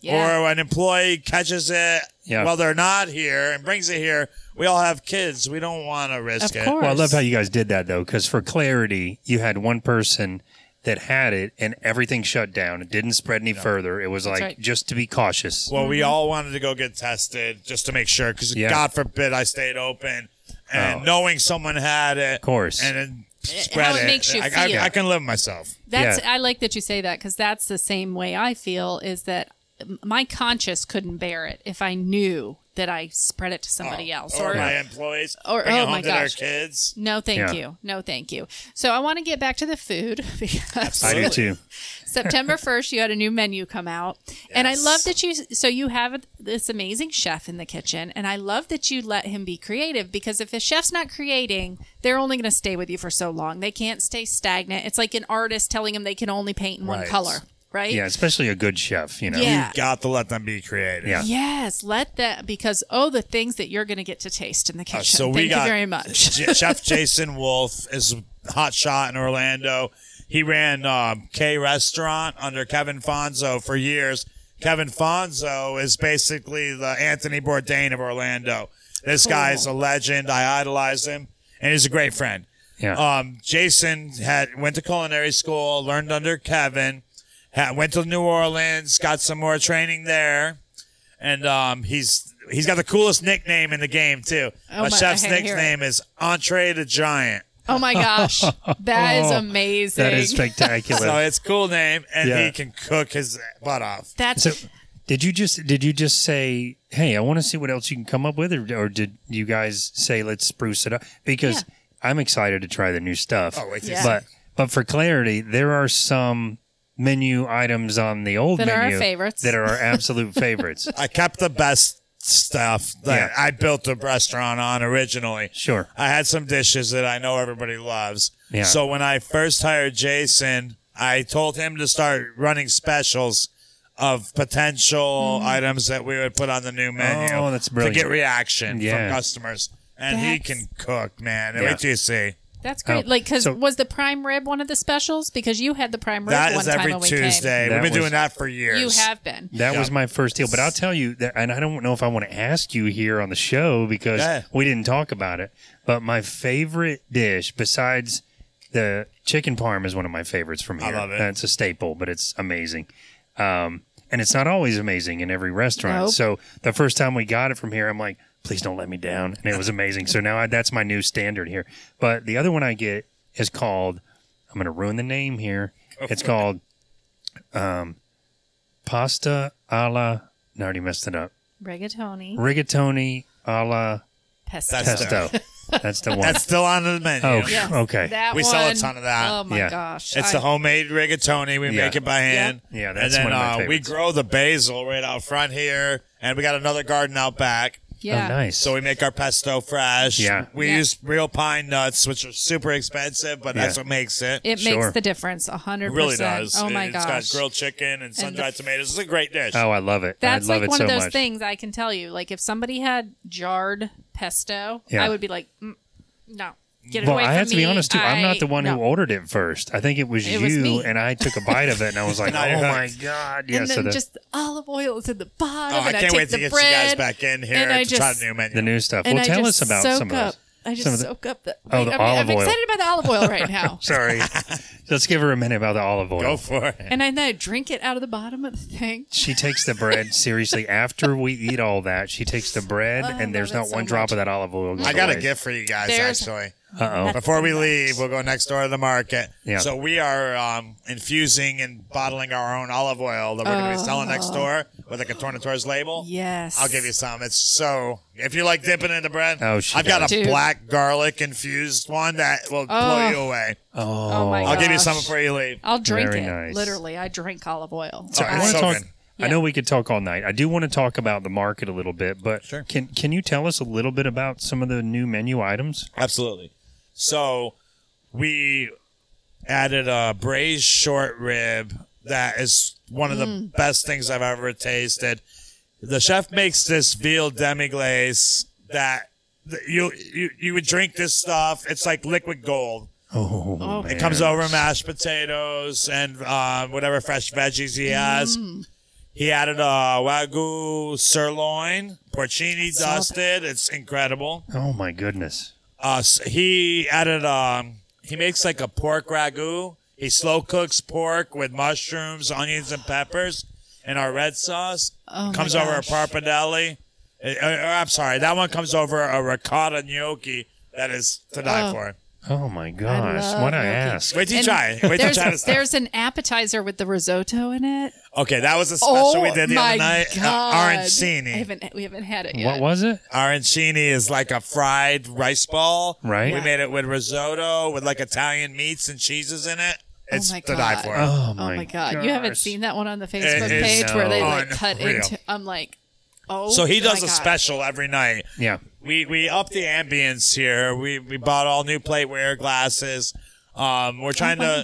yeah,
Or uh, an employee catches it
Yeah.
while they're not here and brings it here. We all have kids. We don't want to risk
of
it.
course.
Well, I love how you guys did that though, because for clarity, you had one person that had it, and everything shut down. It didn't spread any further. It was like
right.
just to be cautious.
Well, we all wanted to go get tested just to make sure, because
Mm-hmm. Yeah.
God forbid I stayed open and
Oh.
knowing someone had it, of
course.
and then spread
Eh, it makes you
I,
feel.
I, I can live myself.
That's
Yeah.
I like that you say that because that's the same way I feel is that m- my conscience couldn't bear it if I knew that I spread it to somebody else
or
or
my employees,
Or-
bring it
oh
home
my
to their
gosh.
kids.
no, thank
Yeah.
you. No, thank you. So I want to get back to the food because
I do
Absolutely.
too.
September 1st, you had a new menu come out. And I
Yes.
love that you, so you have this amazing chef in the kitchen. And I love that you let him be creative because if the chef's not creating, they're only going to stay with you for so long. They can't stay stagnant. It's like an artist telling them they can only paint in one
Right.
color, right?
Yeah, especially a good chef. You know.
Yeah.
You've got to let them be creative.
Yeah.
Yes, let that because oh, the things that you're going to get to taste in the kitchen.
Uh, so
Thank
we
you
got-
very much.
J- Chef Jason Wolf is a hot shot in Orlando. He ran um, K Restaurant under Kevin Fonzo for years. Kevin Fonzo is basically the Anthony Bourdain of Orlando. This guy is a legend. I idolize him, and he's a great friend.
Yeah.
Um, Jason had went to culinary school, learned under Kevin, had, went to New Orleans, got some more training there and um, he's he's got the coolest nickname in the game too.
Oh
a
my-
chef's
I hate to hear
nickname is Entree the Giant,
oh my gosh, that is
Oh,
amazing.
That is spectacular.
so it's a cool name, and
Yeah.
he can cook his butt off.
That's
So, did you just did you just say, "Hey, I want to see what else you can come up with," or, or did you guys say, "Let's spruce it up"? Because
Yeah.
I'm excited to try the new stuff.
Oh, wait, till
Yeah.
you
But but for clarity, there are some menu items on the old
That are our
menu
favorites.
that are our absolute favorites.
see- I kept the best stuff that
Yeah.
I built the restaurant on originally.
Sure.
I had some dishes that I know everybody loves.
Yeah.
So when I first hired Jason, I told him to start running specials of potential items that we would put on the new menu.
Mm-hmm. Oh, that's
To get
brilliant.
reaction
Yeah.
from customers. And he
That's-
can cook, man.
Yeah.
Wait till you see.
That's great.
Oh,
like, because
so-
was the prime rib one of the specials? Because you had the prime rib
That
one
is
time
every
when we
Tuesday.
That
We've been
was-
doing that for years.
came. You have been.
That
Yeah.
was my first deal, but I'll tell you that, and I don't know if I want to ask you here on the show because
Yeah.
we didn't talk about it. But my favorite dish, besides the chicken parm, is one of my favorites from here.
love it.
That's a staple, but it's amazing. Um, and it's not always amazing in every restaurant.
Nope.
So the first time we got it from here, I'm like, please don't let me down, and it was amazing. so now I, that's my new standard here. But the other one I get is called. I'm going to ruin the name here. It's called um, pasta alla. I already messed it up.
Rigatoni,
Rigatoni alla
pesto.
That's-
pesto. That's the one.
That's still on the menu.
oh,
Yes,
okay.
That
We
one.
sell a ton of that.
Oh my
Yeah.
gosh.
It's the
I-
homemade rigatoni. We
Yeah.
make it by hand.
Yeah, that's
and then,
one of my
uh, We
favorites.
grow the basil right out front here, and we got another garden out back.
yeah.
Oh, nice.
So we make our pesto fresh.
Yeah.
We
Yeah.
use real pine nuts, which are super expensive, but that's
Yeah.
what makes it.
It
Sure.
makes the difference. a hundred
It really
percent.
does.
Oh
It-
my
it's
gosh.
got grilled chicken and sun dried
the-
tomatoes. It's a great dish.
oh, I love it.
That's
I love
like
it
one
so
of those
much.
things I can tell you. Like if somebody had jarred pesto,
Yeah.
I would be like, mm, no, get it
Well,
away
I
from
have to be
me.
honest too. I'm not the one
no.
who ordered it first. I think it was
It
you,
was me.
and I took a bite of it, and I was like,
Now you're
"Oh my
hooked.
god!" Yeah,
And
so
then
the,
just the olive oil is in the bottom.
Oh, I
and
can't
take
wait
the
to get
bread,
you guys back in here
and I
to try
just-
the new menu.
the new stuff.
And
well,
I
tell us
just
about
soak
some
up.
of those.
I just
Some of the-
soak up the.
Oh, the
I'm,
olive
I'm
oil.
excited about the olive oil right now.
Sorry, let's give her a minute about the olive oil.
Go for it.
and I, then I drink it out of the bottom of the thing.
she takes the bread seriously. After we eat all that, she takes the bread,
Oh, I
and there's
love it
not
so
one drop
much.
of that olive oil.
I got a gift for you guys,
There's-
actually.
Uh oh.
Before we leave, we'll go next door to the market.
Yeah.
So we are um, infusing and bottling our own olive oil that we're going to be selling next door with like a Tornatores label.
Oh. Yes.
I'll give you some. It's so if you like dipping into bread.
Oh, she
I've got
does.
a
Dude.
black garlic infused one that will blow
Oh.
you away.
Oh, my
I'll give you
gosh.
some before you leave.
I'll drink
Very
it.
nice.
Literally, I drink olive oil.
So
I
It's
want to
so
talk.
good.
I know we could talk all night. I do want to talk about the market a little bit, but
Sure.
can can you tell us a little bit about some of the new menu items?
Absolutely. So we added a braised short rib that is one of the best things I've ever tasted. The chef makes this veal demi glaze that th- you, you you would drink this stuff. It's like liquid gold.
Oh,
Oh.
man.
It comes over mashed potatoes and uh, whatever fresh veggies he has. He added a wagyu sirloin, porcini
saw that.
dusted. It's incredible.
Oh my goodness.
Uh, s- he added um, he makes like a pork ragu. He slow cooks pork with mushrooms, onions, and peppers in our red sauce.
Oh,
comes
my
over a
gosh.
parpadelli. Uh, uh, I'm sorry, that one comes over a ricotta gnocchi. That is to die
Oh.
for.
Oh my gosh.
love
Why'd I
gnocchi.
ask?
Wait till you
And
try it. Wait till you
there's,
try this.
there's an appetizer with the risotto in it.
Okay, that was a special
Oh
we did the
my
other night. Uh,
god! I
arancini.
haven't we haven't had it yet.
What was it?
Arancini is like a fried rice ball.
Right.
We made it with risotto with like Italian meats and cheeses in it. It's
my
to die
God.
for.
Oh
Oh
my.
my, god! You haven't
gosh.
seen that one on the Facebook
is
page where they like
unreal.
cut into. I'm like, oh.
So he does
my
a
God.
special every night.
Yeah.
We we up the ambience here. We we bought all new plateware glasses. Um, we're trying to,
uh,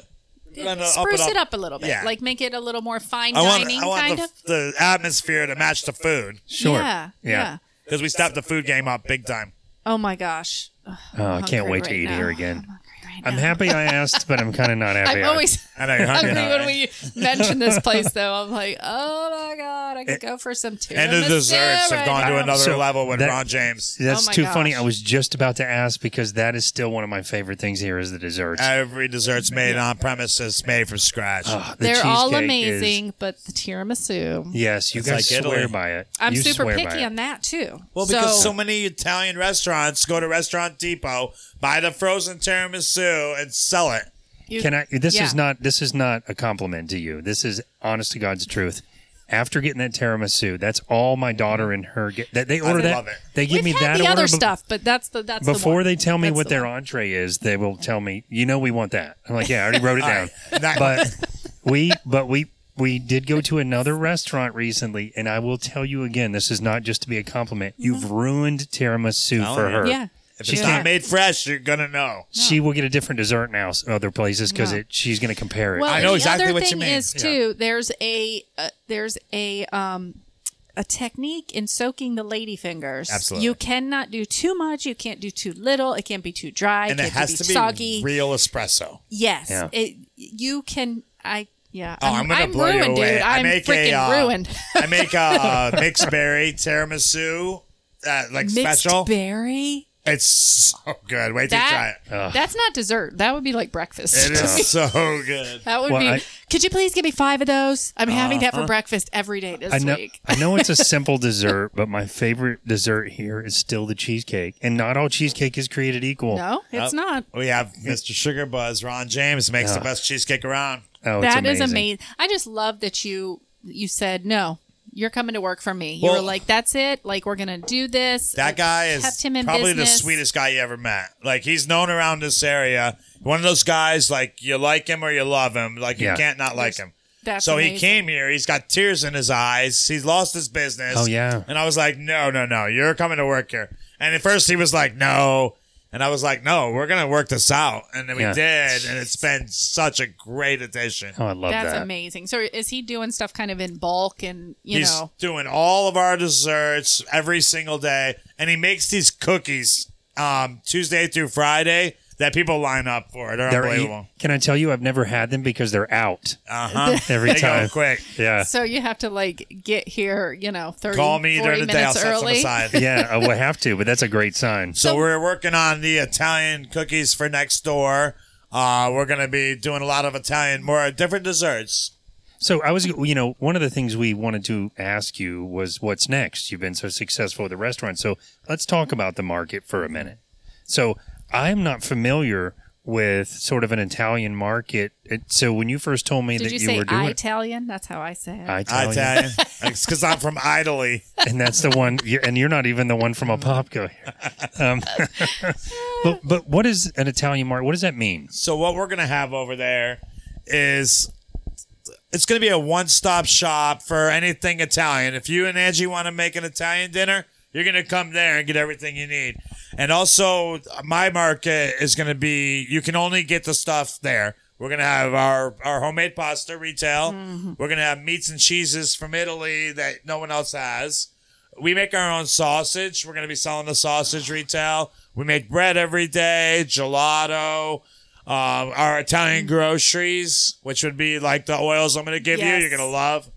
trying to
Spruce it up a little bit,
Yeah.
like make it a little more fine
I want
dining
I want
kind
the,
of.
the atmosphere to match the food
Sure.
Yeah, yeah.
because we stepped the food game up big time.
Oh my gosh! Ugh, I'm
Oh, I can't
hungry
wait to
right
eat
now.
here again.
I'm, hungry right
I'm
now.
happy I asked, but I'm kind of not happy.
I'm
I-
always
I know you're hungry.
hungry
now,
when
right?
we mention this place, though. I'm like, oh my god, I could go for some tuna.
and the
masala
desserts have
right
gone to
now.
another
So
level with
that-
Ron James.
That's
Oh my
too funny.
gosh.
I was just about to ask because that is still one of my favorite things here is the desserts.
Uh,
Every dessert's made on premises, made from scratch.
Ah, the
They're all
cheesecake is-
amazing, but the tiramisu.
yes, you
It's
guys
like Italy.
swear by it.
I'm
You
super
swear by
picky
it.
on that too.
Well, because so, many Italian restaurants go to Restaurant Depot, buy the frozen tiramisu, and sell it.
you-
Can I? This
yeah.
is not. This is not a compliment to you. This is honest to God's truth. After getting that tiramisu, that's all my daughter and her get. That they order that.
love it.
They give
Mm-hmm. We've
me
had
that
the
order
other
be-
stuff, but that's the that's
Before
the
they tell me what
they're
their entree is, they will tell me. You know, we want that. I'm like, yeah, I already wrote it down.
Not-
But we, but we, we did go to another restaurant recently, and I will tell you again, this is not just to be a compliment. You've ruined tiramisu
Oh,
for
yeah.
her.
Mm-hmm. Yeah.
If
She
it's
can't-
not made fresh, you're gonna know.
She will get a different dessert now, s- other places, because
No.
it she's going to compare it.
Well,
I know
the
exactly
other
what you
thing
mean.
is
Yeah.
too. There's a uh, there's a um a technique in soaking the lady fingers.
Absolutely.
You cannot do too much. You can't do too little. It can't be too dry.
and
it
it
can't
has to be
soggy.
real espresso. Oh,
yes.
Yeah.
It, you can. I. Yeah.
Oh, I'm, gonna blow
ruined,
you away.
dude. I'm
I make
freaking
a, uh,
ruined.
I make a mixed berry tiramisu, uh, like
Mixed
special.
berry.
it's so good. Wait to try
That
it.
that's not dessert. That would be like breakfast.
It is so good.
That would
Well,
be.
I-
could you please give me five of those? I'm having that for breakfast every day this
Uh-huh. I know,
week.
I know it's a simple dessert, but my favorite dessert here is still the cheesecake. And not all cheesecake is created equal.
No, it's
Uh,
Yep.
not.
We have Mr. Sugar Buzz, Ron James makes the best cheesecake around.
Oh, it's
That is
amazing.
amazing. I just love that you you said no. You're coming to work for me. You were
Well-
like, "That's it. Like we're gonna do this."
That
It
guy is
kept him in
probably the
business.
sweetest guy you ever met. Like he's known around this area. One of those guys, like you like him or you love him. Like
Yeah.
you can't not like him.
That's
so he
amazing.
came here. He's got tears in his eyes. He's lost his business.
Oh, yeah.
And I was like, no, no, no. You're coming to work here. And at first he was like, no. And I was like, no, we're gonna work this out. And then we
Yeah.
did. And it's been such a great addition.
Oh, I love
That's
that.
amazing. So is he doing stuff kind of in bulk and you
He's
know?
doing all of our desserts every single day, and he makes these cookies um, Tuesday through Friday that people line up for. They're,
They're-
unbelievable.
can I tell you, I've never had them because they're out
Uh huh.
every
they
time.
go quick.
Yeah.
So you have to like get here, you know, 30,
Call me
40
during the day. I'll
minutes
set some
early.
aside.
yeah, I would have to, but that's a great sign.
So, we're working on the Italian cookies for next door. Uh, we're gonna be doing a lot of Italian, more different desserts.
So I was, you know, one of the things we wanted to ask you was what's next? You've been so successful with the restaurant. So let's talk about the market for a minute. So I'm not familiar with sort of an Italian market. It, so when you first told me
Did
that
you,
you,
say
were doing
Italian? That's how I say it.
Italian,
Italian, because I'm from Italy.
and that's the one, you- and you're not even the one from Apopka. Um, but, but what is an Italian market? What does that mean?
So what we're gonna have over there is it's gonna be a one-stop shop for anything Italian. If you and Angie want to make an Italian dinner, you're gonna come there and get everything you need. And also, my market is gonna be you can only get the stuff there. We're gonna have our our homemade pasta retail. We're gonna have meats and cheeses from Italy that no one else has. We make our own sausage. We're going to be selling the sausage retail. We make bread every day, gelato, um, our Italian groceries, which would be like the oils I'm going to give
Yes.
you. You're going to love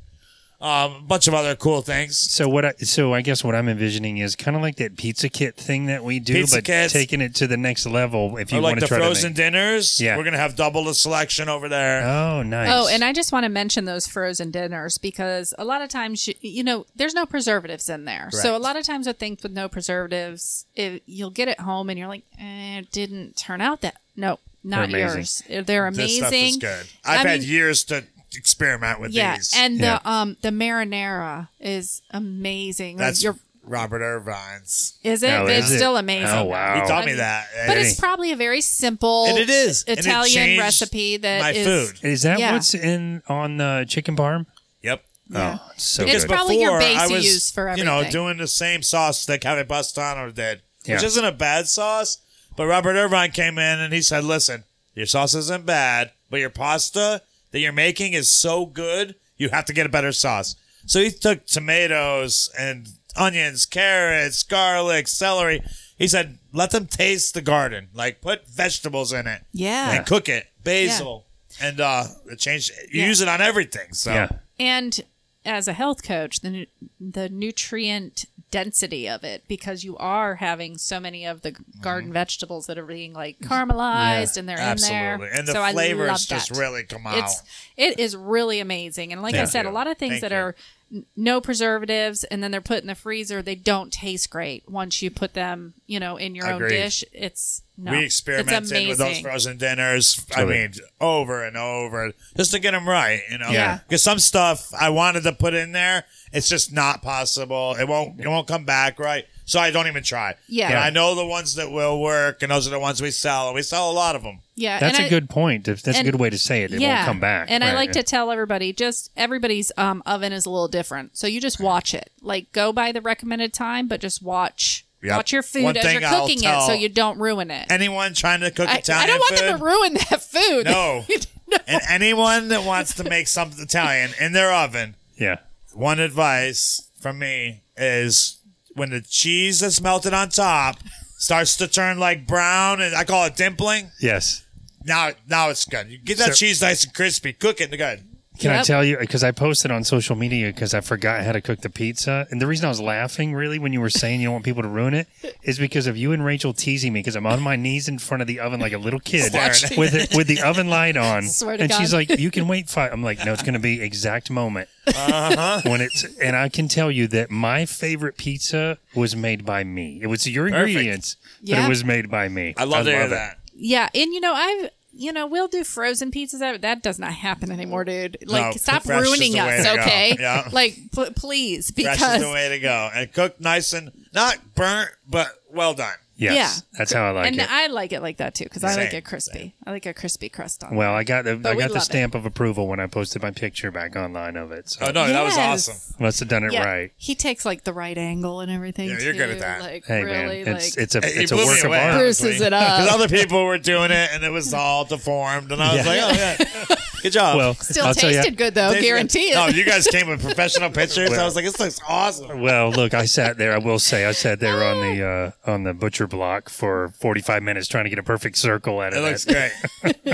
um, a bunch of other cool things.
So what? I, so I guess what I'm envisioning is kind of like that pizza kit thing that we do,
Pizza
but
kits.
taking it to the next level. If you
Or like
want to
the
try
frozen dinners.
Yeah.
We're going to have double the selection over there.
to make. Oh, nice.
Oh, and I just want to mention those frozen dinners because a lot of times, you, you know, there's no preservatives in there. So a
Correct.
lot of times with things with no preservatives, it, you'll get it home and you're like, eh, it didn't turn out that. No, not
They're amazing.
yours. They're amazing.
This stuff is good. I've
I
had
mean-
years to experiment with
Yeah,
these.
and
Yeah.
the um the marinara is amazing. Like,
That's
your-
Robert Irvine's.
is it?
Oh,
But
is
it's
it?
still amazing.
Oh, wow.
He taught
I
me
mean,
that.
But it's probably a very simple
And it is. And it
Italian
changed
recipe that
my
is
food.
is that
yeah.
what's in on the chicken parm?
Yep.
Yeah.
Oh, it's so
It's
good.
prob- probably your base
I
you
was,
use for
You know,
everything.
doing the same sauce that Cafe Bastano did, which
Yeah.
isn't a bad sauce. But Robert Irvine came in and he said, "Listen, your sauce isn't bad, but your pasta that you're making is so good, you have to get a better sauce." So he took tomatoes and onions, carrots, garlic, celery. He said, "Let them taste the garden. Like put vegetables in it
Yeah.
and cook it, basil." And uh, it changed. You
Yeah.
use it on everything. So
yeah.
and as a health coach the nu- the nutrient density of it because you are having so many of the
Mm-hmm.
garden vegetables that are being like caramelized and they're in
Absolutely.
there
And the
so I love
flavors just
that.
really come out.
it's it is really amazing and like i
Thank
said a
you.
lot of things
Thank
that
you.
are n- no preservatives and then they're put in the freezer they don't taste great once you put them you know in your own
Agreed.
dish it's no
we experimented
it's amazing.
with those frozen dinners. I
Totally.
mean, over and over just to get them right, you know.
Yeah.
Because some stuff I wanted to put in there, it's just not possible. It won't. It won't come back right. So I don't even try.
Yeah.
But I know the ones that will work, and those are the ones we sell, and we sell a lot of them.
yeah
That's
and
a
I-
good point. That's that's
and-
a good way to say it. It won't come back.
And I
Right.
like to tell everybody just everybody's um, oven is a little different. So you just watch it. Like go by the recommended time, but just watch
Yep.
watch your food
One
as
thing
you're
I'll
cooking it
tell-
so you don't ruin it.
Anyone trying to cook
I,
Italian
I don't want
food?
them to ruin that food.
no. And anyone that wants to make something Italian in their oven,
Yeah.
one advice: from me is when the cheese that's melted on top starts to turn like brown, and I call it dimpling.
Yes.
Now, now it's good. You get that
So-
cheese nice and crispy, cook it, and good.
Can I
Yep.
tell you? Because I posted on social media because I forgot how to cook the pizza. And the reason I was laughing really when you were saying you don't want people to ruin it is because of you and Rachel teasing me because I'm on my knees in front of the oven like a little kid
Watching
with it, with the oven light on.
Swear to
and she's
God.
like, you can wait five. I'm like, no, it's going to be exact moment.
Uh-huh.
when it's And I can tell you that my favorite pizza was made by me. It was your
Perfect.
ingredients, but
Yeah.
it was made by me.
I love to hear
it.
that.
Yeah, and you know I've you know we'll do frozen pizzas. That, that does not happen anymore, dude. Like
No,
stop
fresh is
ruining
the way
us,
to go.
okay?
Yeah.
Like pl- please,
That's
because
Fresh is the way to go, and cook nice and not burnt, but well done.
Yes, that's how I like
and
it.
I like it like that too because I like
Same,
it crispy. I like a crispy crust on. it.
Well, I got the I
we
got the
love it.
stamp of approval when I posted my picture back online of it. So
Oh no, that was
Yes.
awesome.
must have done it right.
He takes like the right angle and everything.
Yeah, you're
too.
good at that.
Like
Hey
really,
man,
like
it's it's a
It- it
it's a
blew me
work of
away,
art.
Bruce- Bruces it up.
Because other people were doing it, and it was all deformed, and I was
Yeah.
like, oh yeah, good job.
Well,
still
I'll tell
tasted
ya-
good though.
They-
Guarantee it.
No, you guys came with professional pictures. I was like, this looks awesome.
Well, look, I sat there. I will say, I sat there on the uh, on the butcher block for forty five minutes trying to get a perfect circle out
It
of
looks
that.
great.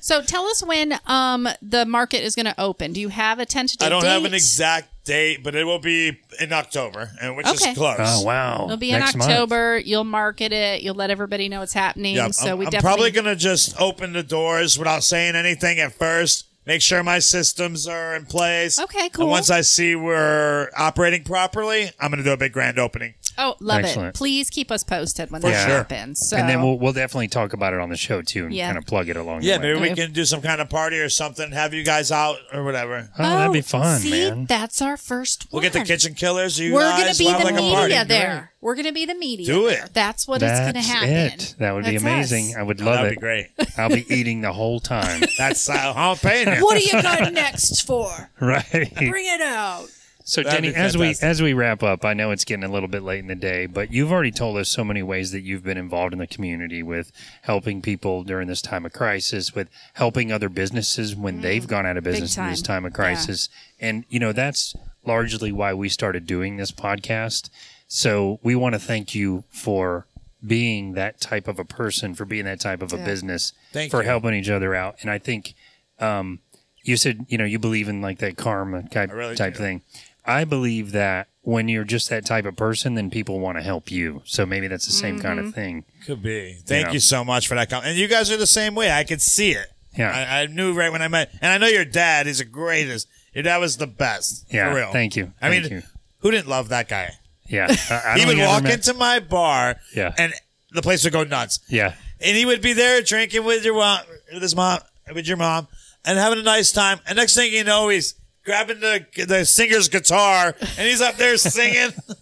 so tell us when um the market is going to open. Do you have a tentative?
I don't have an
date?
exact date, but it will be in October, and which
Okay.
is close.
Oh wow!
It'll be
Next
in
month.
October. You'll market it. You'll let everybody know it's happening.
Yeah, I'm,
so we
I'm
definitely
probably gonna just open the doors without saying anything at first. Make sure my systems are in place.
Okay,
And
cool.
once I see we're operating properly, I'm gonna do a big grand opening.
Oh, love
Excellent.
it. Please keep us posted when
For
that
sure.
happens. So
And then we'll oh, we'll definitely talk about it on the show too, and
Yeah.
kind of plug it along.
Yeah,
the way.
maybe we
Okay.
can do some kind of party or something. Have you guys out or whatever.
Oh, that'd be fun,
see,
man.
That's our first
We'll
one.
get the kitchen killers. You
We're
guys.
gonna be
We'll
the
have like a party.
media there. We're gonna be the media.
Do it.
there. That's what is
That's
gonna happen.
it. That would be
That's
amazing.
us.
I would
Oh,
love
that'd
it.
be great.
I'll be eating the whole time.
That's uh, how I'm paying you.
What are you got next for?
right.
Bring it out.
So
That'd
Jenny,
be
as we
fantastic.
as we wrap up, I know it's getting a little bit late in the day, but you've already told us so many ways that you've been involved in the community with helping people during this time of crisis, with helping other businesses when they've gone out of business in this
time.
time of crisis. And you know, that's largely why we started doing this podcast. So we want to thank you for being that type of a person, for being that type of a business,
Thank
for
you.
helping each other out. And I think um, you said, you know, you believe in like that karma type,
really
type
do.
thing. I believe that when you're just that type of person, then people want to help you. So maybe that's the same kind
Mm-hmm.
of thing.
Could be. Thank
know.
you so much for that comment. And you guys are the same way. I could see it.
Yeah.
I, I knew right when I met. And I know your dad is the greatest. Your dad was the best.
Yeah,
For real.
thank you.
I
Thank
mean,
you.
who didn't love that guy?
Yeah. I, I
He
don't
would
think I ever
walk
met-
into my bar
Yeah.
and the place would go nuts.
Yeah.
And he would be there drinking with your mom, with his mom, with your mom, and having a nice time. And next thing you know, he's grabbing the the singer's guitar and he's up there singing.
Oh.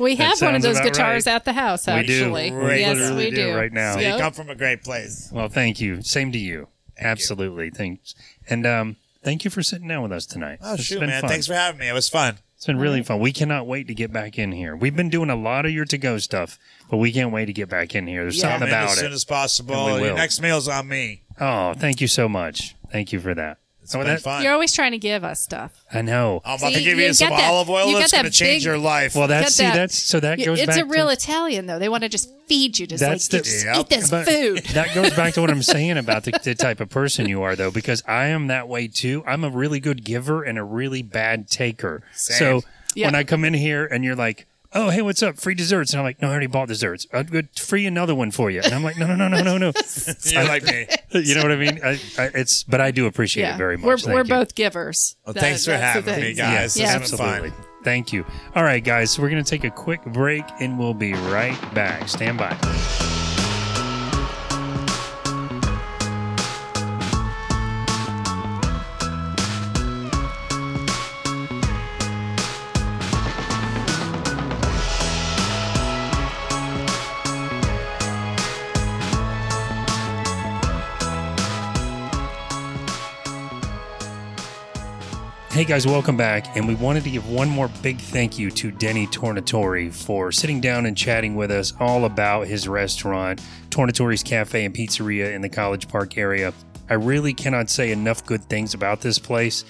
We
That
have one
sounds
of those
about
guitars
right.
at the house.
We do.
Actually,
Right.
yes,
Literally
we
do right now.
so
Yep.
you come from a great place.
Well, thank you. Same to you. Absolutely. Thanks. And um, thank you for sitting down with us tonight.
Oh
It's
shoot,
been
man!
fun.
Thanks for having me. It was fun.
It's been really fun. We cannot wait to get back in here. We've been doing a lot of your to go stuff, but we can't wait to get back in here. There's
Yeah.
something
Come in
about
as soon
it.
as possible.
And we
Your
will.
next meal's on me.
Oh, thank you so much. Thank you for that.
It's
Oh,
been
that-
fun.
You're always trying to give us stuff.
I know.
I'm about
See,
to give
you
you, some
got that-
olive oil
you
that's
got
going
that
to change
big-
your life.
Well, that's
Get
see,
that.
that's so that goes
it's
back.
a real
to,
Italian though. They want to just feed you, just
That's
like
the-
just
Yep.
eat this
but
food.
that goes back to what I'm saying about the, the type of person you are, though, because I am that way too. I'm a really good giver and a really bad taker. So
Yeah.
when I come in here and you're like, "Oh, hey, what's up? Free desserts?" and I'm like, "No, I already bought desserts. I'm good. Free another one for you." And I'm like, "No, no, no, no, no, no."
You're like me.
you know what I mean? I, I, it's but I do appreciate it very much.
We're,
Thank
we're
you.
both givers.
Well,
That-
thanks for
that's the
having me,
thing.
guys.
Yeah.
This has been fun.
absolutely. Thank you. All right, guys. So we're going to take a quick break and we'll be right back. Stand by. Hey guys, welcome back. And we wanted to give one more big thank you to Denny Tornatori for sitting down and chatting with us all about his restaurant, Tornatori's Cafe and Pizzeria in the College Park area. I really cannot say enough good things about this place.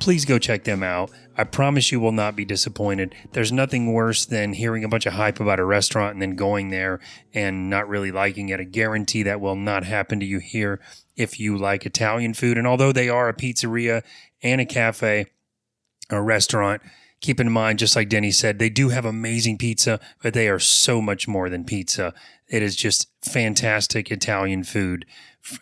please go check them out. I promise you will not be disappointed. There's nothing worse than hearing a bunch of hype about a restaurant and then going there and not really liking it. I guarantee that will not happen to you here if you like Italian food. And although they are a pizzeria and a cafe, a restaurant, keep in mind, just like Denny said, they do have amazing pizza, but they are so much more than pizza. It is just fantastic Italian food.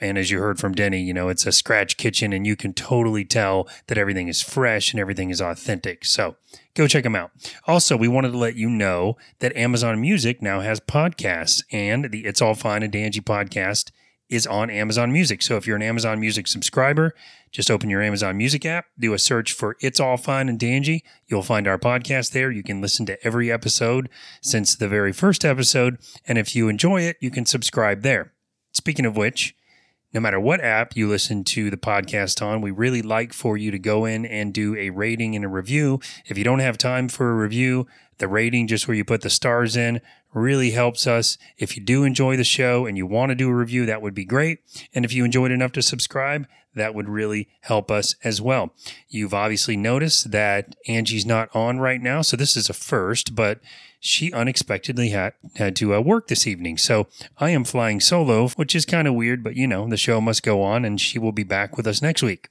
And as you heard from Denny, you know, it's a scratch kitchen and you can totally tell that everything is fresh and everything is authentic. So go check them out. Also, we wanted to let you know that Amazon Music now has podcasts and the It's All Fine and Dangy podcast is on Amazon Music. So if you're an Amazon Music subscriber, just open your Amazon Music app, do a search for It's All Fine and Dangy. You'll find our podcast there. You can listen to every episode since the very first episode. And if you enjoy it, you can subscribe there. Speaking of which, no matter what app you listen to the podcast on, we really like for you to go in and do a rating and a review. If you don't have time for a review, the rating, just where you put the stars in, really helps us. If you do enjoy the show and you want to do a review, that would be great. And if you enjoyed enough to subscribe, that would really help us as well. You've obviously noticed that Angie's not on right now, so this is a first, but she unexpectedly had, had to uh, work this evening. So I am flying solo, which is kind of weird, but you know, the show must go on and she will be back with us next week.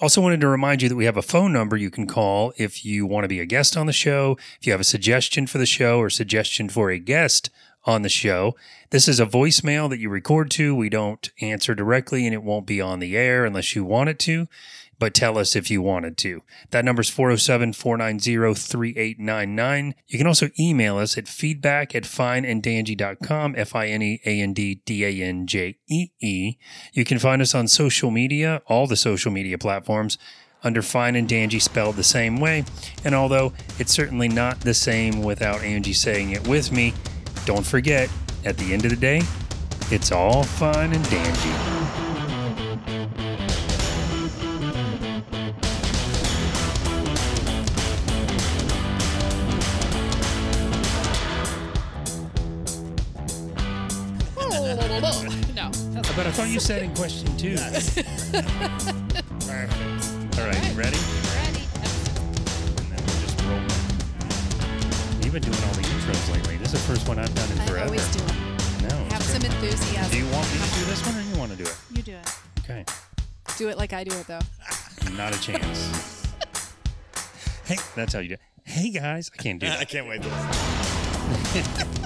Also, wanted to remind you that we have a phone number you can call if you want to be a guest on the show, if you have a suggestion for the show or suggestion for a guest on the show. This is a voicemail that you record to. We don't answer directly and it won't be on the air unless you want it to, but tell us if you wanted to. That oh number is 407 490 3899. You can also email us at feedback at fineanddangy.com, F I N E A N D D A N J E E. You can find us on social media, all the social media platforms under Fine and Dangy spelled the same way. And although it's certainly not the same without Angie saying it with me, don't forget, at the end of the day, it's all fine and dandy.
no. That's
But I thought you said in question two.
Perfect.
All right, you ready?
ready.
And then we'll just roll. You've been doing all the intros lately. This is the first one I've done in
I
forever.
always do it.
No. it's
Have
great.
some enthusiasm.
do you want me to do this one or you want to do it?
You do it.
Okay.
Do it like I do it though.
Not a chance. hey, that's how you do it. Hey guys, I can't do that.
I can't wait. To listen.